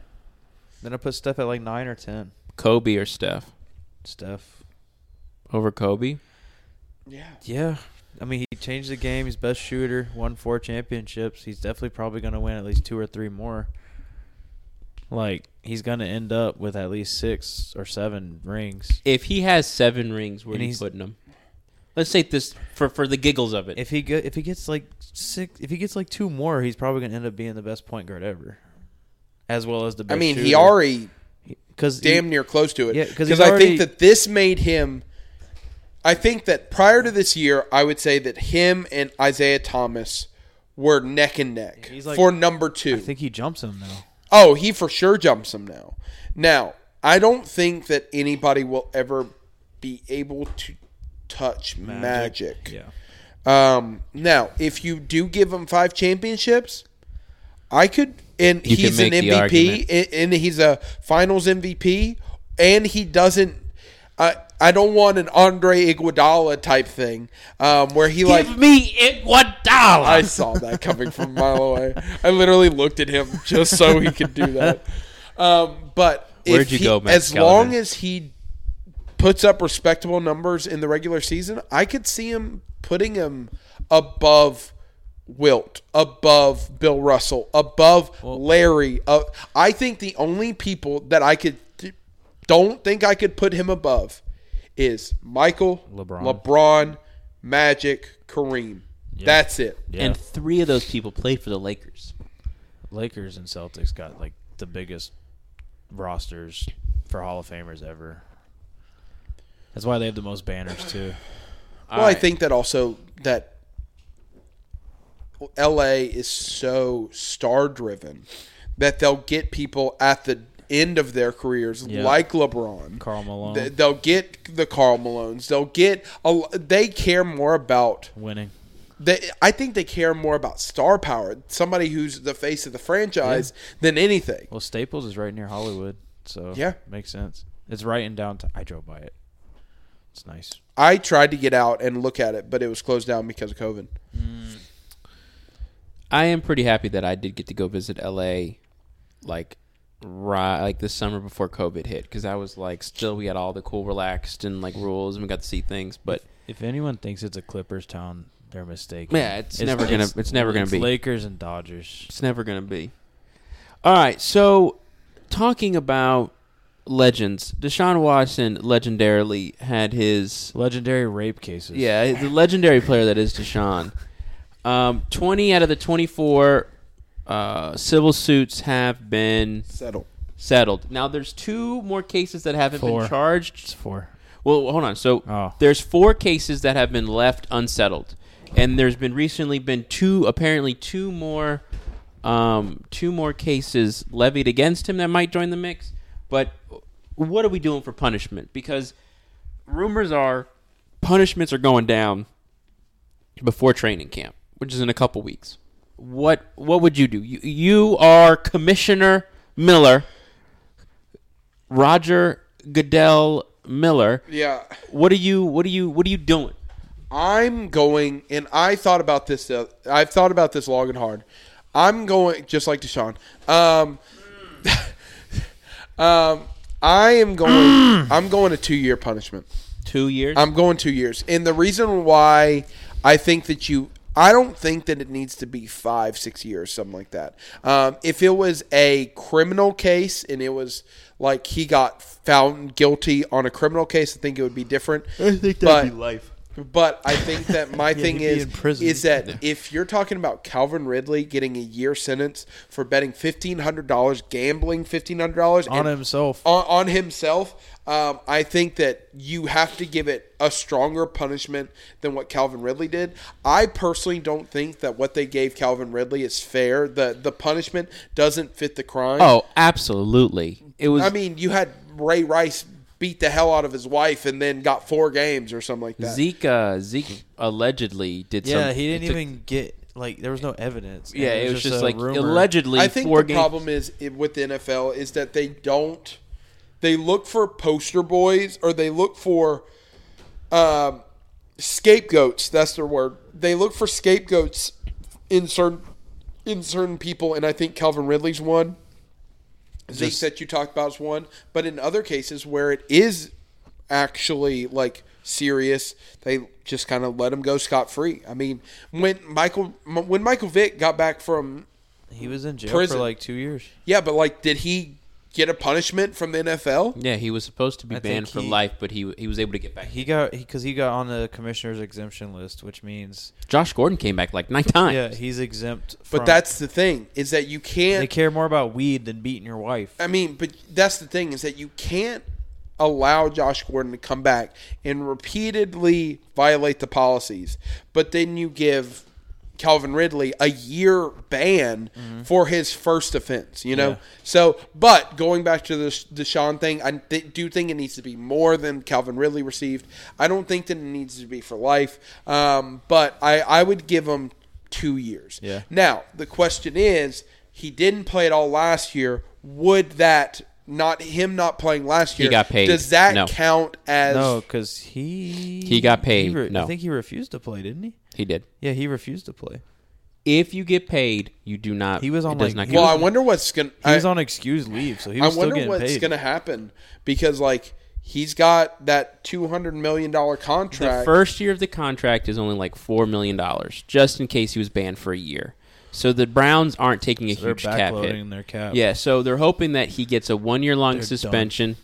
Speaker 4: Then I put Steph at like nine or ten.
Speaker 2: Kobe or Steph
Speaker 4: Steph.
Speaker 2: over Kobe.
Speaker 1: Yeah.
Speaker 4: Yeah. I mean, he changed the game. He's best shooter. Won four championships. He's definitely probably going to win at least two or three more. like he's gonna end up with at least six or seven rings.
Speaker 2: If he has seven rings, where
Speaker 4: And
Speaker 2: are you
Speaker 4: he's-
Speaker 2: putting him? Let's take this for for the giggles of it.
Speaker 4: If he get, if he gets like six, if he gets like two more, he's probably gonna end up being the best point guard ever, as well as the.
Speaker 1: I
Speaker 4: Best
Speaker 1: mean, he already
Speaker 4: because
Speaker 1: damn near close to it.
Speaker 4: Yeah, 'cause
Speaker 1: because
Speaker 4: he's
Speaker 1: I
Speaker 4: already-
Speaker 1: think that this made him. I think that prior to this year, I would say that him and Isaiah Thomas were neck and neck
Speaker 4: He's like-
Speaker 1: for number two.
Speaker 4: I think he jumps him now.
Speaker 1: Oh, he for sure jumps him now. Now, I don't think that anybody will ever be able to touch magic.
Speaker 4: Yeah.
Speaker 1: Um, now, if you do give him five championships, I could, and
Speaker 2: You
Speaker 1: he's
Speaker 2: can
Speaker 1: an
Speaker 2: make the
Speaker 1: MVP,
Speaker 2: argument.
Speaker 1: and, and he's a Finals MVP, and he doesn't. I I don't want an Andre Iguodala type thing, um, where he like
Speaker 2: Give me it one dollar.
Speaker 1: I saw that coming from a mile away. I literally looked at him just so he could do that. Um, but if
Speaker 2: Where'd you
Speaker 1: he-
Speaker 2: go, Matt
Speaker 1: as
Speaker 2: Skelton?
Speaker 1: long as he puts up respectable numbers in the regular season, I could see him putting him above Wilt, above Bill Russell, above Larry. Uh, I think the only people that I could don't think I could put him above is Michael,
Speaker 4: LeBron.
Speaker 1: LeBron Magic, Kareem. That's it.
Speaker 2: And three of those people played for the Lakers.
Speaker 4: Lakers and Celtics got like the biggest rosters for Hall of Famers ever. That's why they have the most banners too.
Speaker 1: Well, I think that also that LA is so star driven that they'll get people at the end of their careers
Speaker 4: Yeah.
Speaker 1: like LeBron.
Speaker 4: Carl Malone
Speaker 1: Th- They'll get the Carl Malones. They'll get a, l- they care more about
Speaker 4: winning.
Speaker 1: they, I think they care more about star power, somebody who's the face of the franchise than anything.
Speaker 4: Well, Staples is right near Hollywood, so
Speaker 1: Yeah.
Speaker 4: makes sense. It's right in downtown. I drove by it. It's nice.
Speaker 1: I tried to get out and look at it, but it was closed down because of COVID.
Speaker 2: I am pretty happy that I did get to go visit LA, like right like the summer before COVID hit, because I was like, still we had all the cool, relaxed and like rules, and we got to see things. But
Speaker 4: If anyone thinks it's a Clippers town, they're mistaken.
Speaker 2: Yeah, it's never gonna- it's never gonna be.
Speaker 4: Lakers and Dodgers.
Speaker 2: it's never gonna be. All right, so talking about legends, Deshaun Watson legendarily had his
Speaker 4: Legendary rape cases.
Speaker 2: Yeah, the legendary player that is Deshaun. Um, 20 out of the 24 uh, civil suits have been
Speaker 1: Settle.
Speaker 2: settled. Now, there's two more cases that haven't
Speaker 4: Four.
Speaker 2: been charged.
Speaker 4: it's four.
Speaker 2: Well, hold on. So
Speaker 4: Oh.
Speaker 2: there's four cases that have been left unsettled, and there's been recently been two, apparently two more, um, two more cases levied against him that might join the mix. But what are we doing for punishment? Because rumors are punishments are going down before training camp, which is in a couple weeks. What what would you do? You, you are Commissioner Miller, Roger Goodell Miller.
Speaker 1: Yeah.
Speaker 2: What are you? What are you? What are you doing?
Speaker 1: I'm going, and I thought about this. Uh, I've thought about this long and hard. I'm going just like Deshaun. Um, um, I am going. I'm going to two year punishment.
Speaker 2: Two years.
Speaker 1: I'm going two years, and the reason why I think that you, I don't think that it needs to be five, six years, something like that. Um, if it was a criminal case and it was like he got found guilty on a criminal case, I think it would be different. I think that'd be life. But I think that my thing
Speaker 4: he'd be in
Speaker 1: is
Speaker 4: prison.
Speaker 1: is that if you're talking about Calvin Ridley getting a year sentence for betting fifteen hundred dollars, gambling fifteen hundred dollars
Speaker 4: On himself.
Speaker 1: on, on himself. Um, I think that you have to give it a stronger punishment than what Calvin Ridley did. I personally don't think that what they gave Calvin Ridley is fair. the The punishment doesn't fit the crime.
Speaker 2: oh, absolutely. It was
Speaker 1: I mean, you had Ray Rice beat the hell out of his wife and then got four games or something like that.
Speaker 2: Zeke. Uh, Zeke allegedly did.
Speaker 4: Yeah,
Speaker 2: some-
Speaker 4: he didn't
Speaker 2: took-
Speaker 4: even get like there was no evidence.
Speaker 2: Yeah, it was, just,
Speaker 4: a
Speaker 2: like
Speaker 4: rumor.
Speaker 2: allegedly.
Speaker 1: I think
Speaker 2: four
Speaker 1: the
Speaker 2: games.
Speaker 1: problem is it- with the NFL is that they don't. They look for poster boys or they look for um, scapegoats. That's their word. They look for scapegoats in certain in certain people, and I think Calvin Ridley's one. Zeke that you talked about is one, but in other cases where it is actually like serious, they just kind of let him go scot free. I mean, when Michael when Michael Vick got back from
Speaker 4: He was in jail
Speaker 1: Prison.
Speaker 4: for like two years.
Speaker 1: Yeah, but like, did he get a punishment from the NFL?
Speaker 2: Yeah, he was supposed to be
Speaker 4: I
Speaker 2: banned
Speaker 4: think
Speaker 2: for
Speaker 4: he-
Speaker 2: life, but he he was able to get back.
Speaker 4: He got because he, got on the commissioner's exemption list, which means
Speaker 2: Josh Gordon came back like nine times.
Speaker 4: yeah, he's exempt. From,
Speaker 1: But that's the thing is that you
Speaker 4: they
Speaker 1: can't.
Speaker 4: care more about weed than beating your wife.
Speaker 1: I mean, but that's the thing is that you can't allow Josh Gordon to come back and repeatedly violate the policies. But then you give Calvin Ridley a year ban for his first offense, you know?
Speaker 4: Mm-hmm. Yeah.
Speaker 1: So, but going back to the Deshaun thing, I th- do think it needs to be more than Calvin Ridley received. I don't think that it needs to be for life, um, but I, I would give him two years.
Speaker 4: Yeah.
Speaker 1: Now, the question is, he didn't play at all last year. Would that not him not playing last
Speaker 2: He
Speaker 1: year?
Speaker 2: got paid.
Speaker 1: Does that
Speaker 2: No.
Speaker 1: count as
Speaker 4: No, because he
Speaker 2: He got paid.
Speaker 4: re-
Speaker 2: No.
Speaker 4: I think he refused to play, didn't he?
Speaker 2: He did.
Speaker 4: Yeah, he refused to play.
Speaker 2: If you get paid, you do not.
Speaker 4: He was
Speaker 2: it
Speaker 4: on,
Speaker 2: does
Speaker 4: like,
Speaker 2: not
Speaker 4: he
Speaker 1: Well,
Speaker 2: count.
Speaker 1: I wonder what's gonna.
Speaker 4: He was
Speaker 1: I,
Speaker 4: on excused leave, so he
Speaker 1: I
Speaker 4: was still
Speaker 1: wonder
Speaker 4: getting
Speaker 1: what's
Speaker 4: paid.
Speaker 1: gonna happen because like he's got that two hundred million dollar contract.
Speaker 2: the first year of the contract is only like four million dollars, just in case he was banned for a year. So the Browns aren't taking a
Speaker 4: So they're
Speaker 2: huge cap hit.
Speaker 4: backloading their cap.
Speaker 2: Yeah, so they're hoping that he gets a one year long
Speaker 4: They're done.
Speaker 2: suspension,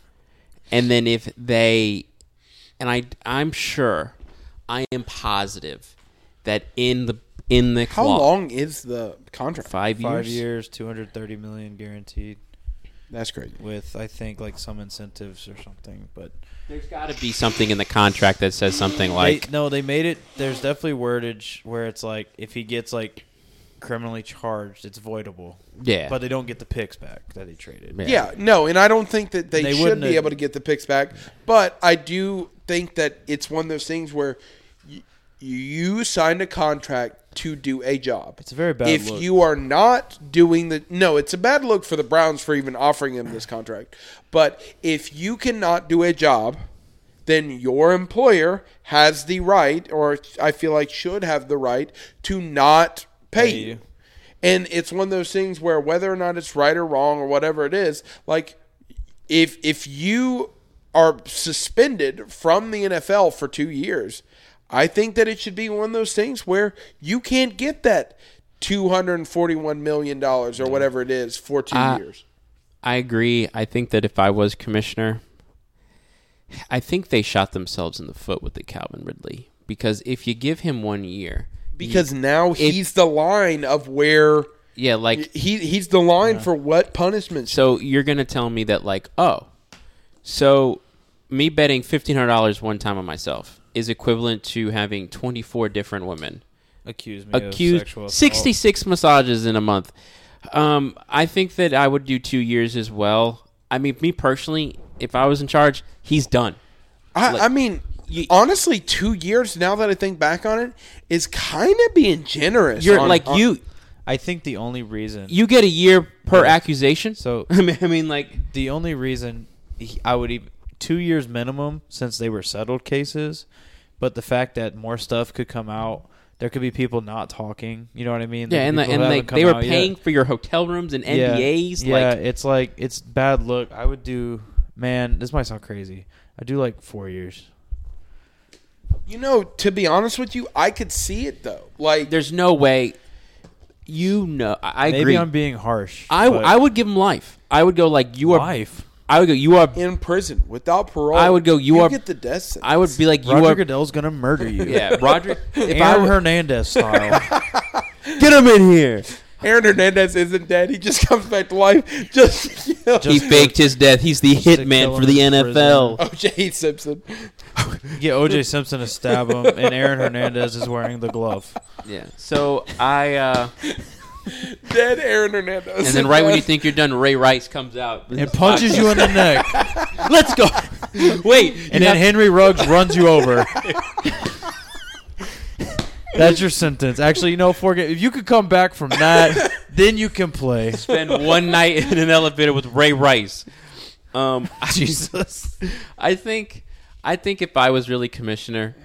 Speaker 2: and then if they, and I, I'm sure, I am positive that in the in the
Speaker 1: How
Speaker 2: clause-
Speaker 1: long is the contract?
Speaker 2: Five years.
Speaker 4: five years, two hundred thirty million guaranteed,
Speaker 1: That's crazy.
Speaker 4: with I think like some incentives or something. But
Speaker 2: There's got to be something in the contract that says something like
Speaker 4: they, no, they made it. There's definitely wordage where it's like if he gets like criminally charged, it's voidable.
Speaker 2: yeah,
Speaker 4: But they don't get the picks back that he traded.
Speaker 2: Yeah.
Speaker 1: Yeah, no, and I don't think that they,
Speaker 4: They
Speaker 1: should
Speaker 4: wouldn't
Speaker 1: be
Speaker 4: have-
Speaker 1: able to get the picks back, but I do think that it's one of those things where you, you signed a contract to do a job.
Speaker 4: It's a very bad
Speaker 1: If
Speaker 4: look.
Speaker 1: you are not doing the no, it's a bad look for the Browns for even offering him this contract. But if you cannot do a job, then your employer has the right or I feel like should have the right to not pay,
Speaker 4: Pay
Speaker 1: you.
Speaker 4: you.
Speaker 1: And it's one of those things where whether or not it's right or wrong or whatever it is, like if if you are suspended from the NFL for 2 years, I think that it should be one of those things where you can't get that 241 million dollars or whatever it is for 2
Speaker 2: Uh,
Speaker 1: years.
Speaker 2: I agree. I think that if I was commissioner, I think they shot themselves in the foot with the Calvin Ridley because if you give him one year,
Speaker 1: Because now he's the line of where
Speaker 2: yeah, like
Speaker 1: he he's the line for what punishment should
Speaker 2: So you're gonna tell me that like, oh, so me betting fifteen hundred dollars one time on myself is equivalent to having twenty four different women
Speaker 4: Accuse me of
Speaker 2: accused
Speaker 4: sexual assault.
Speaker 2: sixty six massages in a month. Um, I think that I would do two years as well. I mean, me personally, if I was in charge, he's done.
Speaker 1: I,
Speaker 2: Like,
Speaker 1: I mean,
Speaker 2: you-
Speaker 1: honestly, two years now that I think back on it is kind of being generous.
Speaker 2: You're
Speaker 1: on-
Speaker 2: like
Speaker 1: on-
Speaker 2: you,
Speaker 4: I think the only reason
Speaker 2: you get a year per accusation.
Speaker 4: So-
Speaker 2: I mean, I mean, like,
Speaker 4: the only reason he- I would even two years minimum since they were settled cases, but the fact that more stuff could come out, there could be people not talking. You know what I mean?
Speaker 2: yeah, and the,
Speaker 4: people
Speaker 2: and
Speaker 4: who
Speaker 2: like
Speaker 4: haven't come
Speaker 2: they were
Speaker 4: out yet.
Speaker 2: paying for your hotel rooms and
Speaker 4: Yeah.
Speaker 2: NDAs.
Speaker 4: Yeah,
Speaker 2: like,
Speaker 4: it's like it's bad look. I would do, man. This might sound crazy. I do like four years.
Speaker 1: you know, to be honest with you, I could see it though. Like,
Speaker 2: there's no way. You know, I I
Speaker 4: Maybe
Speaker 2: agree.
Speaker 4: I'm being harsh.
Speaker 2: I,
Speaker 4: but
Speaker 2: I would give him life. I would go like you are.
Speaker 4: life.
Speaker 2: I would go you are.
Speaker 1: in prison without parole,
Speaker 2: I would go, you are-
Speaker 1: get the death sentence.
Speaker 2: I would be like you
Speaker 4: Roger
Speaker 2: are.
Speaker 4: Goodell's gonna murder you.
Speaker 2: Yeah, Roger. If I
Speaker 4: Aaron
Speaker 2: were
Speaker 4: Hernandez style.
Speaker 2: get him in here,
Speaker 1: Aaron Hernandez isn't dead; he just comes back to life. Just you know,
Speaker 2: he faked his death. He's the
Speaker 4: to kill
Speaker 2: hitman for
Speaker 4: him
Speaker 2: the
Speaker 4: in
Speaker 2: NFL.
Speaker 1: OJ Simpson.
Speaker 4: Get OJ Simpson to stab him, and Aaron Hernandez is wearing the glove.
Speaker 2: Yeah. So I. uh
Speaker 1: Dead Aaron Hernandez.
Speaker 2: And then right when you think you're done, Ray Rice comes out.
Speaker 4: It punches you in the neck,
Speaker 2: Let's go. Wait. you
Speaker 4: and
Speaker 2: have-
Speaker 4: then Henry Ruggs runs you over. That's your sentence. Actually, you know, forget if you could come back from that, then you can play.
Speaker 2: spend one night in an elevator with Ray Rice. Um,
Speaker 4: Jesus.
Speaker 2: I think I think if I was really commissioner,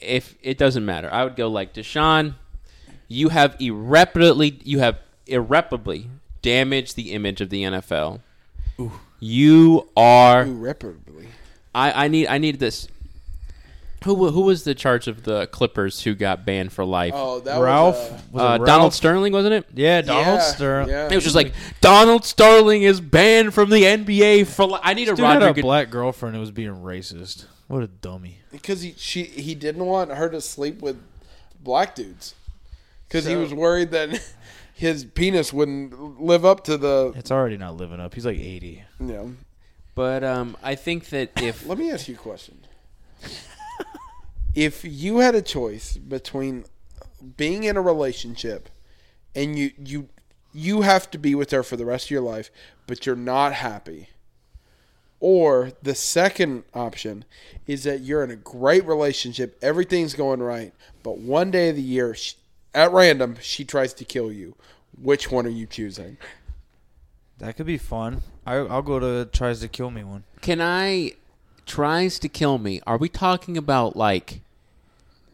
Speaker 2: if it doesn't matter, I would go like Deshaun, you have irreparably you have irreparably damaged the image of the NFL. You are
Speaker 1: irreparably.
Speaker 2: I, I need I need this. Who who was the charge of the Clippers who got banned for life?
Speaker 1: Oh, that
Speaker 4: Ralph
Speaker 1: was. Uh,
Speaker 4: was
Speaker 2: uh,
Speaker 4: it
Speaker 2: Donald
Speaker 4: Ralph?
Speaker 2: Sterling wasn't it?
Speaker 4: Yeah, Donald
Speaker 1: yeah,
Speaker 4: Sterling.
Speaker 1: yeah.
Speaker 2: It was just like Donald Sterling is banned from the NBA for. Li- I need a
Speaker 4: Dude had
Speaker 2: Roger.
Speaker 4: a
Speaker 2: Good-
Speaker 4: black girlfriend who was being racist. What a dummy.
Speaker 1: because he she he didn't want her to sleep with black dudes because he
Speaker 2: So-
Speaker 1: was worried that his penis wouldn't live up to the
Speaker 4: It's already not living up. He's like 80.
Speaker 1: you know.
Speaker 2: but um, I think that if
Speaker 1: Let me ask you a question. if you had a choice between being in a relationship and you you you have to be with her for the rest of your life, but you're not happy. Or the second option is that you're in a great relationship, everything's going right, but one day of the year, sh at random, she tries to kill you. Which one are you choosing?
Speaker 4: That could be fun. I, I'll go to tries to kill me one.
Speaker 2: can I tries to kill me, are we talking about like?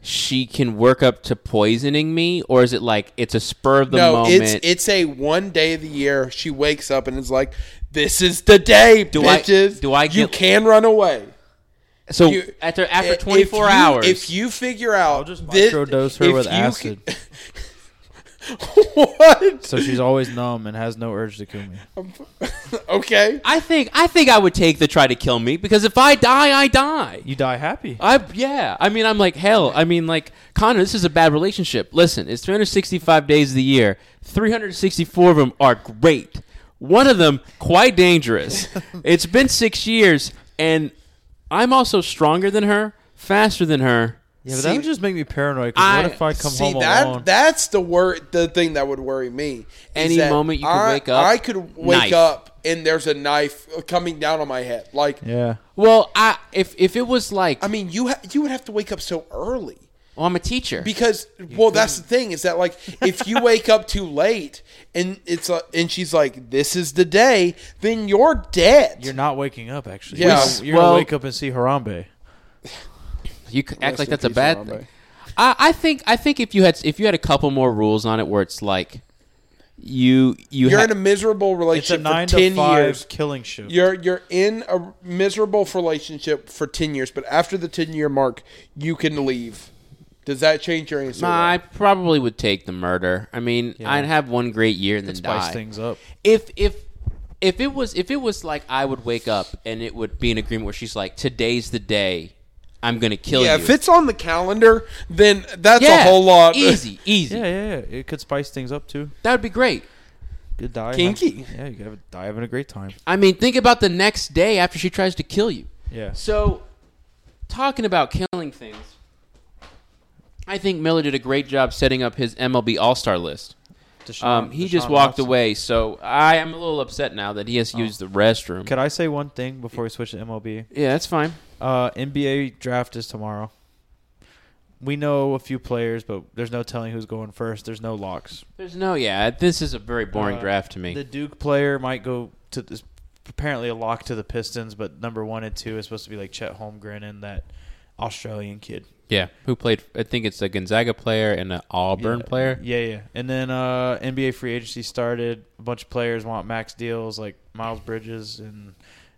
Speaker 2: She can work up to poisoning me, or is it like it's a spur of the
Speaker 1: no,
Speaker 2: moment?
Speaker 1: it's it's a one day of the year she wakes up and is like, "This is the day, bitches.
Speaker 2: I- do I
Speaker 1: you
Speaker 2: get-
Speaker 1: can run away
Speaker 2: so
Speaker 1: you-
Speaker 2: after after
Speaker 1: If
Speaker 2: twenty four
Speaker 1: you-
Speaker 2: hours,
Speaker 1: If you figure out,
Speaker 4: I'll just
Speaker 1: thi-
Speaker 4: microdose her
Speaker 1: if
Speaker 4: with
Speaker 1: you
Speaker 4: acid.
Speaker 1: ca- what?
Speaker 4: So she's always numb and has no urge to kill me.
Speaker 1: okay.
Speaker 2: I think I think I would take the try to kill me because if I die, I die.
Speaker 4: You die happy.
Speaker 2: I yeah. I mean, I'm like hell. I mean, like Connor, this is a bad relationship. Listen, it's 365 days of the year. 364 of them are great. One of them quite dangerous. it's been six years, and I'm also stronger than her, faster than her.
Speaker 4: Yeah, but that
Speaker 1: See-
Speaker 4: would just make me paranoid. 'cause
Speaker 2: I-
Speaker 4: what if I come
Speaker 1: See
Speaker 4: home
Speaker 1: that
Speaker 4: alone?
Speaker 1: that's the wor- the thing that would worry me. is
Speaker 2: Any
Speaker 1: that
Speaker 2: moment you could
Speaker 1: I-
Speaker 2: wake up,
Speaker 1: I could wake
Speaker 2: knife.
Speaker 1: up and there's a knife coming down on my head. Like,
Speaker 4: yeah.
Speaker 2: Well, I if if it was like
Speaker 1: I mean, you ha- you would have to wake up so early.
Speaker 2: well, I'm a teacher.
Speaker 1: because well that's the thing is that like if you wake up too late and it's uh, and she's like this is the day then you're dead
Speaker 4: You're not waking up, actually.
Speaker 1: Yeah.
Speaker 4: You're- You're
Speaker 2: Well-
Speaker 4: going to wake up and see Harambe.
Speaker 2: You c- act
Speaker 1: Rest
Speaker 2: like
Speaker 1: in
Speaker 2: that's a
Speaker 1: peace,
Speaker 2: bad
Speaker 1: Harambe.
Speaker 2: thing. I, I think I think if you had if you had a couple more rules on it where it's like you you
Speaker 1: you're
Speaker 2: ha-
Speaker 1: in a miserable
Speaker 4: It's a
Speaker 1: relationship for
Speaker 4: 9 to
Speaker 1: 10
Speaker 4: 5
Speaker 1: years
Speaker 4: killing shift.
Speaker 1: you're you're in a miserable relationship for 10 years but after the 10 year mark you can leave does that change your answer
Speaker 2: Nah, I probably would take the murder. I mean,
Speaker 4: Yeah.
Speaker 2: I'd have one great year and then
Speaker 4: Spice
Speaker 2: die.
Speaker 4: things up.
Speaker 2: If if if it was if it was like I would wake up and it would be an agreement where she's like, "Today's the day I'm gonna kill
Speaker 1: yeah
Speaker 2: you."
Speaker 1: if it's on the calendar then that's
Speaker 2: Yeah,
Speaker 1: a whole lot
Speaker 2: easy, easy.
Speaker 4: Yeah, yeah, yeah. It could spice things up, too.
Speaker 2: That would be great.
Speaker 4: Good die.
Speaker 1: Kinky.
Speaker 4: Yeah, you could have a die having a great time.
Speaker 2: I mean, think about the next day after she tries to kill you.
Speaker 4: Yeah.
Speaker 2: So, talking about killing things, I think Miller did a great job setting up his MLB All Star list.
Speaker 4: Deshaun-
Speaker 2: Um, he just
Speaker 4: Deshaun
Speaker 2: walked
Speaker 4: Watson.
Speaker 2: away, so I am a little upset now that he has to use the restroom.
Speaker 4: Could I say one thing before we switch to MLB?
Speaker 2: yeah, that's fine.
Speaker 4: Uh, NBA draft is tomorrow. We know a few players, but there's no telling who's going first. There's no locks.
Speaker 2: There's no, yeah, this is a very boring
Speaker 4: Uh,
Speaker 2: draft to me.
Speaker 4: The Duke player might go to this, apparently a lock to the Pistons, but number one and two is supposed to be like Chet Holmgren and that Australian kid.
Speaker 2: yeah, who played? I think it's a Gonzaga player and an Auburn
Speaker 4: Yeah.
Speaker 2: player.
Speaker 4: Yeah, yeah. And then uh, NBA free agency started. A bunch of players want max deals, like Miles Bridges, and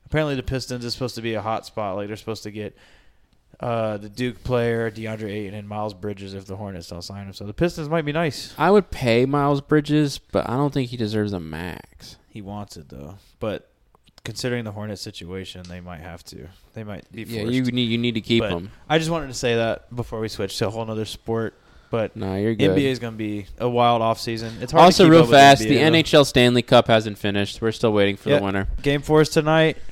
Speaker 4: apparently the Pistons is supposed to be a hot spot. Like they're supposed to get uh, the Duke player, DeAndre Ayton, and Miles Bridges if the Hornets don't sign him. So the Pistons might be nice.
Speaker 2: I would pay Miles Bridges, but I don't think he deserves a max.
Speaker 4: He wants it though, but considering the Hornets situation, they might have to. They might be forced.
Speaker 2: Yeah, you need you need to keep
Speaker 4: But
Speaker 2: him.
Speaker 4: I just wanted to say that before we switch to a whole other sport. But
Speaker 2: No, you're good.
Speaker 4: NBA is going to be a wild offseason. It's hard to
Speaker 2: also,
Speaker 4: keep
Speaker 2: real
Speaker 4: up with
Speaker 2: fast,
Speaker 4: NBA,
Speaker 2: the
Speaker 4: though.
Speaker 2: NHL Stanley Cup hasn't finished. We're still waiting for
Speaker 4: Yeah.
Speaker 2: the winner.
Speaker 4: Game for us tonight.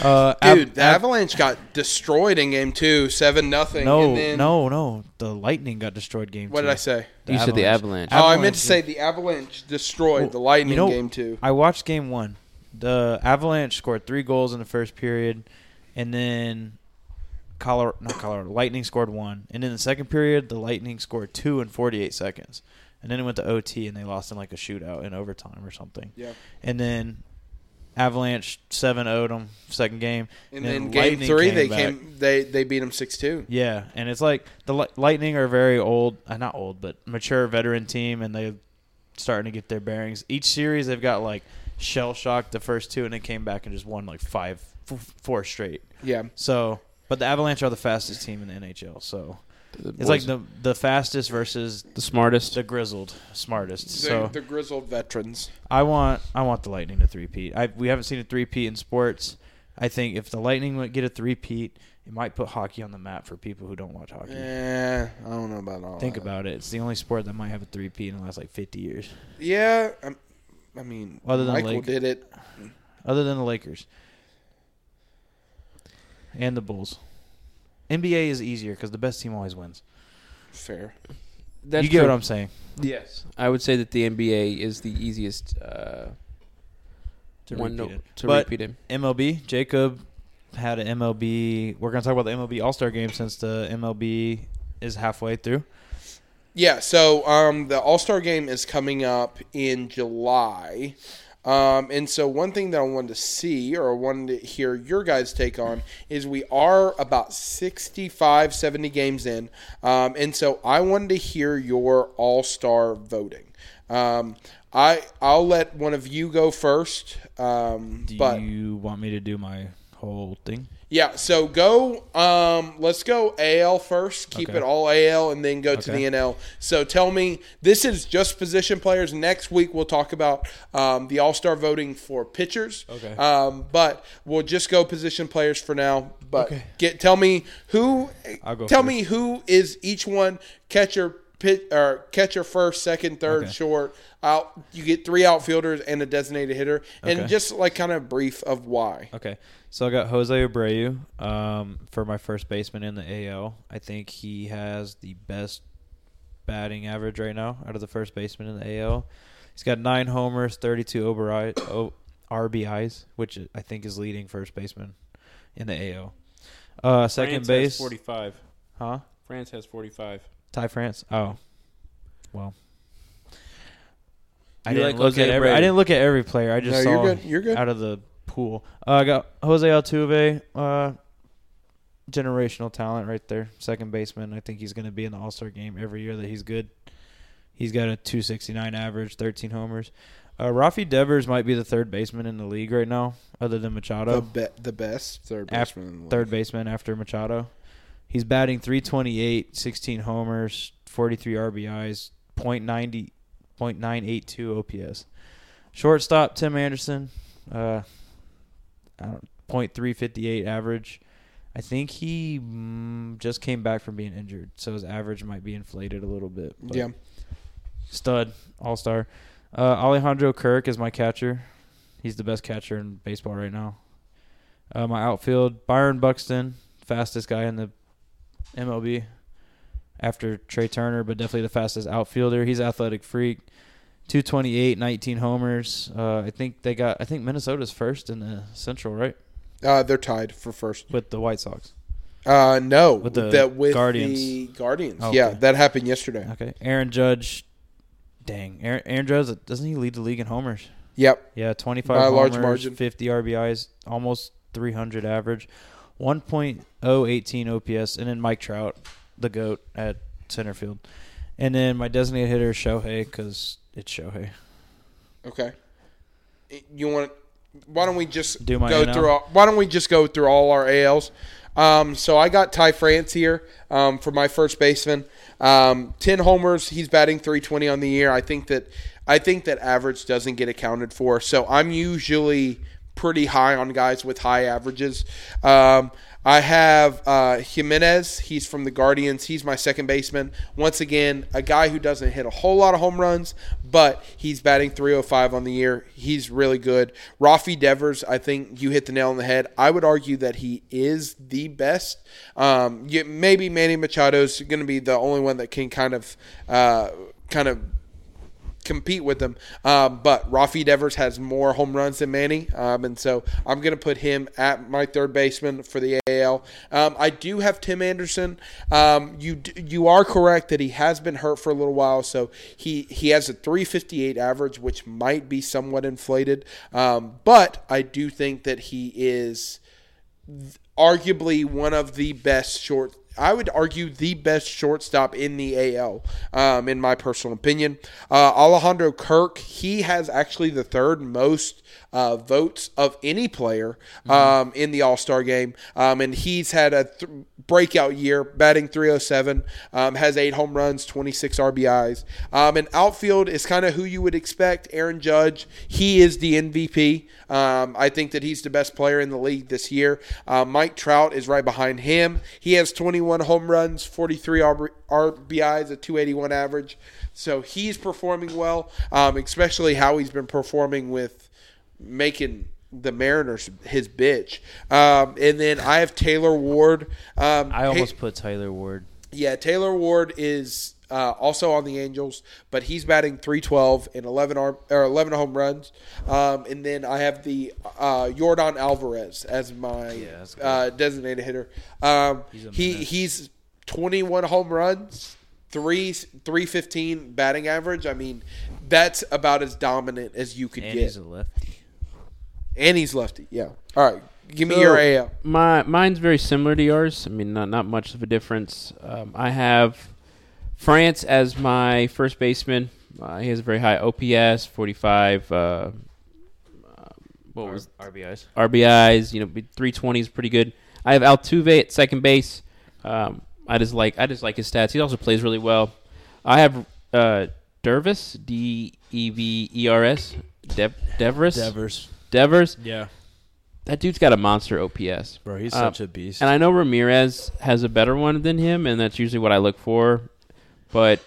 Speaker 4: Uh,
Speaker 1: dude
Speaker 4: Av-
Speaker 1: the
Speaker 4: Av-
Speaker 1: avalanche got destroyed in game two seven nothing
Speaker 4: No,
Speaker 1: and then,
Speaker 4: no, no. The Lightning got destroyed game
Speaker 1: what
Speaker 4: two.
Speaker 1: did i say
Speaker 4: The
Speaker 2: you said the Avalanche.
Speaker 1: Oh, I meant
Speaker 4: Avalanche,
Speaker 1: to say the Avalanche destroyed
Speaker 4: Well,
Speaker 1: the Lightning
Speaker 4: you know-
Speaker 1: game too.
Speaker 4: I watched game one. The Avalanche scored three goals in the first period, and then Colorado, not Colorado, Lightning scored one. And in the second period, the Lightning scored two in 48 seconds. And then it went to OT, and they lost in like a shootout in overtime or something.
Speaker 1: Yeah.
Speaker 4: And then Avalanche 7 0'd them, second game.
Speaker 1: And then game
Speaker 4: Lightning
Speaker 1: three, they
Speaker 4: back.
Speaker 1: came, they they beat them six two.
Speaker 4: Yeah, and it's like the Li- Lightning are a very old, uh, not old, but mature veteran team, and they're starting to get their bearings. Each series, they've got like shell shocked the first two, and they came back and just won like five, f- four straight.
Speaker 1: Yeah,
Speaker 4: So But the Avalanche are the fastest team in the NHL, so
Speaker 2: The
Speaker 4: it's like the the fastest versus
Speaker 2: the smartest.
Speaker 4: the grizzled smartest.
Speaker 1: The,
Speaker 4: So
Speaker 1: the grizzled veterans.
Speaker 4: I want I want the Lightning to three-peat. I we haven't seen a three-peat in sports. I think if the Lightning would get a three-peat, it might put hockey on the map for people who don't watch hockey.
Speaker 1: Yeah, I don't know about all.
Speaker 4: Think
Speaker 1: that.
Speaker 4: about it. It's the only sport that might have a three-peat in the last like 50 years.
Speaker 1: Yeah, I'm, I mean,
Speaker 4: Other than
Speaker 1: Michael
Speaker 4: Lake.
Speaker 1: did it.
Speaker 4: other than the Lakers and the Bulls. NBA is easier because the best team always wins.
Speaker 1: Fair.
Speaker 2: That's
Speaker 4: you get
Speaker 2: true.
Speaker 4: what I'm saying?
Speaker 2: Yes, I would say that the NBA is the easiest uh,
Speaker 4: To
Speaker 2: one
Speaker 4: repeat
Speaker 2: no-
Speaker 4: it.
Speaker 2: to
Speaker 4: But-
Speaker 2: repeat him.
Speaker 4: MLB. Jacob had an MLB. We're gonna talk about the MLB All Star Game since the MLB is halfway through.
Speaker 1: Yeah, so um, the All Star game is coming up in July. Um, and so, one thing that I wanted to see or I wanted to hear your guys' take on is we are about 65, 70 games in. Um, and so, I wanted to hear your All Star voting. Um, I, I'll let one of you go first. Um,
Speaker 4: Do
Speaker 1: but
Speaker 4: you want me to do my whole thing?
Speaker 1: Yeah, so go. Um, let's go AL first. Keep
Speaker 4: Okay.
Speaker 1: it all AL, and then go to
Speaker 4: Okay.
Speaker 1: the NL. So tell me, this is just position players. Next week we'll talk about um, the All Star voting for pitchers.
Speaker 4: Okay.
Speaker 1: Um, but we'll just go position players for now. But
Speaker 4: Okay.
Speaker 1: get tell me who.
Speaker 4: I'll go
Speaker 1: tell
Speaker 4: first.
Speaker 1: me who is each one catcher. Pit, or catcher first, second, third,
Speaker 4: Okay.
Speaker 1: short. Out. You get three outfielders and a designated hitter, and
Speaker 4: Okay.
Speaker 1: just like kind of brief of why.
Speaker 4: Okay, so I got Jose Abreu um, for my first baseman in the AL. I think he has the best batting average right now out of the first baseman in the AL. He's got nine homers, thirty-two OBRI, o, RBIs, which I think is leading first baseman in the AL. Uh, second
Speaker 5: France
Speaker 4: base,
Speaker 5: has 45.
Speaker 4: huh?
Speaker 5: France has 45.
Speaker 4: Ty France. Oh, well. I
Speaker 2: You
Speaker 4: didn't
Speaker 2: like
Speaker 4: look
Speaker 2: Jose
Speaker 4: at every.
Speaker 2: Abreu.
Speaker 4: I didn't look at every player. I just
Speaker 1: No,
Speaker 4: saw
Speaker 1: you're good. You're good.
Speaker 4: out of the pool. Uh, I got Jose Altuve, uh, generational talent right there, second baseman. I think he's going to be in the All Star game every year that he's good. He's got a 269 average, 13 homers. Uh, Rafi Devers might be the third baseman in the league right now, other than
Speaker 1: the,
Speaker 4: Machado.
Speaker 1: be- the best third
Speaker 4: Af-
Speaker 1: baseman. in the
Speaker 4: Third
Speaker 1: league.
Speaker 4: baseman after Machado. He's batting 328, 16 homers, 43 RBIs, 0.90, 0.982 OPS. Shortstop Tim Anderson, uh, I don't, 0.358 average. I think he mm, just came back from being injured, so his average might be inflated a little bit. but
Speaker 1: Yeah.
Speaker 4: stud, all star. Uh, Alejandro Kirk is my catcher. He's the best catcher in baseball right now. Uh, my outfield, Byron Buxton, fastest guy in the MLB after Trey Turner, but definitely the fastest outfielder. He's an athletic freak. 228, 19 homers. Uh, I think they got. I think Minnesota's first in the Central, right?
Speaker 1: Uh, they're tied for first.
Speaker 4: With the White Sox.
Speaker 1: Uh, no,
Speaker 4: With the
Speaker 1: that with
Speaker 4: Guardians.
Speaker 1: the Guardians.
Speaker 4: Oh,
Speaker 1: yeah,
Speaker 4: okay.
Speaker 1: that happened yesterday.
Speaker 4: Okay. Aaron Judge. Dang, Aaron, Aaron Judge doesn't he lead the league in homers?
Speaker 1: Yep.
Speaker 4: Yeah, 25
Speaker 1: By a large
Speaker 4: homers,
Speaker 1: margin.
Speaker 4: 50 RBIs, almost 300 average, 1.018 OPS, and then Mike Trout, the GOAT at center field. And then my designated hitter is Shohei because it's Shohei.
Speaker 1: Okay. You want? Why don't we just
Speaker 4: Do my
Speaker 1: go
Speaker 4: NL?
Speaker 1: through? All, why don't we just go through all our ALs? Um, so I got Ty France here um, for my first baseman. Um, Ten homers. He's batting 320 on the year. I think that I think that average doesn't get accounted for. So I'm usually pretty high on guys with high averages. Um, I have uh, Jimenez. He's from the Guardians. He's my second baseman. Once again, a guy who doesn't hit a whole lot of home runs, but he's batting 305 on the year. He's really good. Rafi Devers, I think you hit the nail on the head. I would argue that he is the best. Um, you, maybe Manny Machado's going to be the only one that can kind of, uh, kind of compete with them. Um, but Rafi Devers has more home runs than Manny, um, and so I'm going to put him at my third baseman for the AL. Um, I do have Tim Anderson. Um, you d- you are correct that he has been hurt for a little while, so he he has a 358 average, which might be somewhat inflated. Um, but I do think that he is arguably one of the best short. I would argue the best shortstop in the AL, um, in my personal opinion. Uh, Alejandro Kirk, he has actually the third most uh, votes of any player um, in the All Star game. Um, and he's had a th- breakout year, batting 307, um, has eight home runs, 26 RBIs. Um, and outfield is kind of who you would expect. Aaron Judge, he is the MVP. Um, I think that he's the best player in the league this year. Uh, Mike Trout is right behind him. He has 21 home runs, 43 RB- RBIs, a 281 average. So he's performing well, um, especially how he's been performing with making the Mariners his bitch. Um, and then I have Taylor Ward. Um,
Speaker 4: I
Speaker 1: hey-
Speaker 4: almost put Tyler Ward.
Speaker 1: yeah, Taylor Ward is uh, also on the Angels, but he's batting 312 and 11 arm, or 11 home runs. Um, and then I have the uh, Jordan Alvarez as my
Speaker 4: that's good.
Speaker 1: uh, designated hitter. Um,
Speaker 4: a
Speaker 1: he
Speaker 4: menace.
Speaker 1: he's 21 home runs, three 315 batting average. I mean, that's about as dominant as you could
Speaker 4: And
Speaker 1: get.
Speaker 4: he's a lefty.
Speaker 1: and he's lefty. Yeah. All right, give me your AL.
Speaker 2: My mine's very similar to yours. I mean, not not much of a difference. Um, I have France as my first baseman. Uh, he has a very high OPS, forty five. Uh, uh, what was
Speaker 4: RBIs?
Speaker 2: RBIs? You know, three twenty is pretty good. I have Altuve at second base. Um, I just like I just like his stats. He also plays really well. I have uh, Dervis D E V E R S Dev Devers
Speaker 3: Devers.
Speaker 2: Devers.
Speaker 3: Yeah.
Speaker 2: That dude's got a monster OPS.
Speaker 3: Bro, he's
Speaker 2: Uh,
Speaker 3: such a beast.
Speaker 2: And I know Ramirez has a better one than him, and that's usually what I look for. But,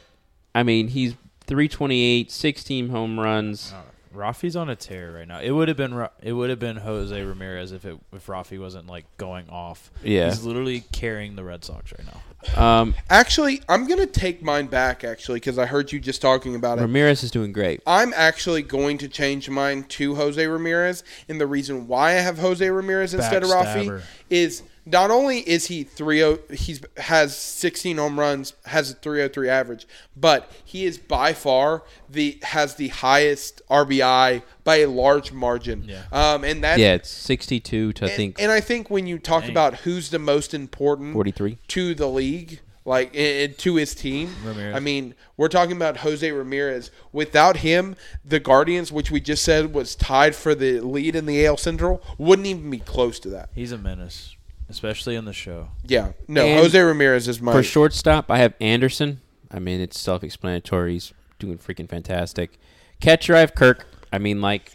Speaker 2: I mean, he's 328, 16 home runs.
Speaker 4: Uh, Rafi's on a tear right now. It would have been Ra- it would have been Jose Ramirez if it if Rafi wasn't like going off.
Speaker 2: Yeah.
Speaker 4: he's literally carrying the Red Sox right now.
Speaker 2: Um,
Speaker 1: Actually, I'm gonna take mine back. Actually, because I heard you just talking about it.
Speaker 2: Ramirez is doing great.
Speaker 1: I'm actually going to change mine to Jose Ramirez, and the reason why I have Jose Ramirez instead of Rafi
Speaker 4: Backstabber.
Speaker 1: is not only is he three oh he's has 16 home runs, has a 303 average, but he is by far the has the highest RBI by a large margin.
Speaker 4: Yeah.
Speaker 1: Um, and that
Speaker 2: Yeah, it's 62 to, I
Speaker 1: and-
Speaker 2: think,
Speaker 1: And I think when you talk about who's the most important
Speaker 2: 43.
Speaker 1: to the league, like and, and to his team,
Speaker 4: Ramirez.
Speaker 1: I mean, we're talking about Jose Ramirez. Without him, the Guardians, which we just said was tied for the lead in the AL Central, wouldn't even be close to that.
Speaker 4: He's a menace, especially in the show.
Speaker 1: Yeah, no,
Speaker 2: And
Speaker 1: Jose Ramirez is my
Speaker 2: For shortstop, I have Anderson. I mean, it's self explanatory. He's doing freaking fantastic. Catcher, I have Kirk. I mean, like,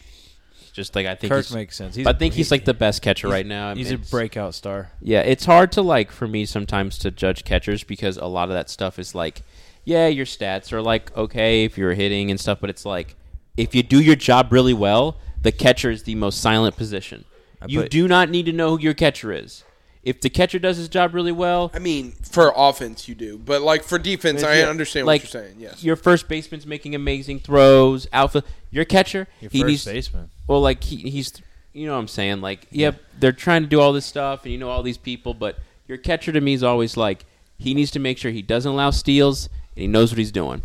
Speaker 2: just like I think
Speaker 4: Kirk
Speaker 2: he's-
Speaker 4: makes sense. He's,
Speaker 2: I think
Speaker 4: he-
Speaker 2: he's like the best catcher
Speaker 4: he's-
Speaker 2: right now. I
Speaker 4: He's
Speaker 2: mean,
Speaker 4: a
Speaker 2: it's-
Speaker 4: breakout star.
Speaker 2: Yeah, it's hard to like for me sometimes to judge catchers because a lot of that stuff is like, yeah, your stats are like okay if you're hitting and stuff, but it's like if you do your job really well, the catcher is the most silent position. you
Speaker 4: put-
Speaker 2: do not need to know who your catcher is. If the catcher does his job really well,
Speaker 1: I mean, for offense, you do, but like for defense, I
Speaker 2: yeah,
Speaker 1: understand
Speaker 2: like,
Speaker 1: what you're saying. Yes,
Speaker 2: your first baseman's making amazing throws. Alpha, your catcher,
Speaker 4: Your
Speaker 2: he
Speaker 4: first
Speaker 2: needs
Speaker 4: baseman.
Speaker 2: well, like he, he's, you know, what I'm saying, like, yeah, they're trying to do all this stuff, and you know all these people, but your catcher to me is always like he needs to make sure he doesn't allow steals and he knows what he's doing.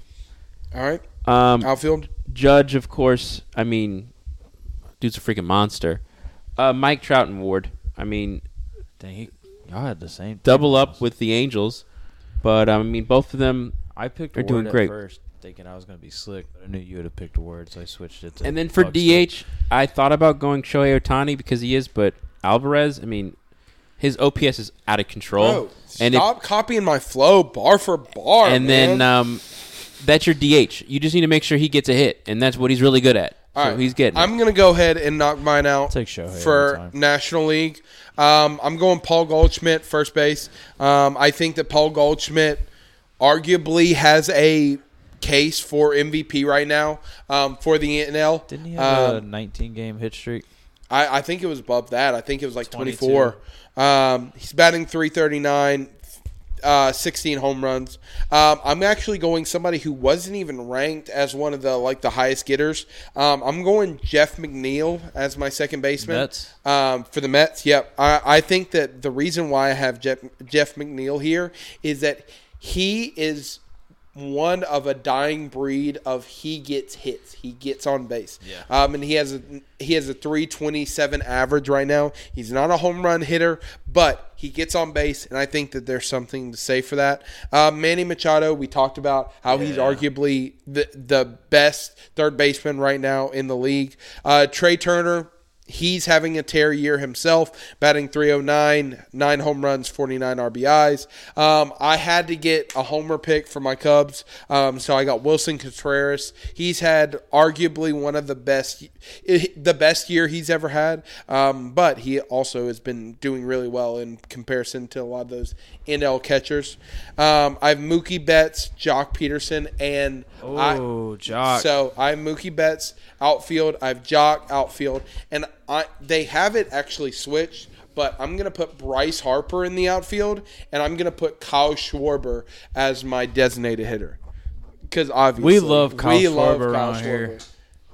Speaker 1: all right,
Speaker 2: Um,
Speaker 1: outfield.
Speaker 2: Judge, of course, I mean, dude's a freaking monster. Uh, Mike Trout and Ward, I mean,
Speaker 4: Dang, he, y'all had the same.
Speaker 2: double up with the Angels, but I mean, both of them.
Speaker 4: I picked
Speaker 2: They're
Speaker 4: Ward
Speaker 2: doing
Speaker 4: at
Speaker 2: great.
Speaker 4: first, thinking I was gonna be slick, but I knew you would have picked Ward, so I switched it. to
Speaker 2: And then for
Speaker 4: Buxton.
Speaker 2: DH, I thought about going Shohei Otani because he is, but Alvarez, I mean, his OPS is out of control.
Speaker 1: Bro,
Speaker 2: and if-
Speaker 1: Oh, stop copying my flow bar for bar.
Speaker 2: and then
Speaker 1: man.
Speaker 2: um, that's your DH. You just need to make sure he gets a hit, and that's what he's really good at.
Speaker 1: All
Speaker 2: so
Speaker 1: right,
Speaker 2: he's getting. it.
Speaker 1: I'm gonna go ahead and knock mine out
Speaker 4: Take Shohei every
Speaker 1: for
Speaker 4: time.
Speaker 1: National League. Um, I'm going Paul Goldschmidt first base. Um, I think that Paul Goldschmidt arguably has a case for MVP right now um, for the NL.
Speaker 4: Didn't he have a
Speaker 1: Um,
Speaker 4: 19 game hit streak?
Speaker 1: I, I think it was above that. I think it was like
Speaker 4: 22.
Speaker 1: 24. Um, he's batting 339, uh, 16 home runs. Um, I'm actually going somebody who wasn't even ranked as one of the like the highest getters. Um, I'm going Jeff McNeil as my second baseman
Speaker 4: Mets?
Speaker 1: Um, for the Mets. Yep. I, I think that the reason why I have Jeff, Jeff McNeil here is that he is one of a dying breed of he gets hits he gets on base yeah um and he has a he has a 327 average right now he's not a home run hitter but he gets on base and i think that there's something to say for that uh, manny machado we talked about how he's arguably the the best third baseman right now in the league uh trey turner He's having a tear year himself, batting 309, nine home runs, 49 RBIs. Um, I had to get a homer pick for my Cubs, um, so I got Wilson Contreras. He's had arguably one of the best, the best year he's ever had, um, but he also has been doing really well in comparison to a lot of those NL catchers. Um, I have Mookie Betts, Jock Peterson, and I,
Speaker 4: Oh, Jock.
Speaker 1: so I have Mookie Betts outfield. I have Jock outfield, and I they have it actually switched. But I'm gonna put Bryce Harper in the outfield, and I'm gonna put Kyle Schwarber as my designated hitter. Because obviously
Speaker 4: love Kyle Schwarber around here.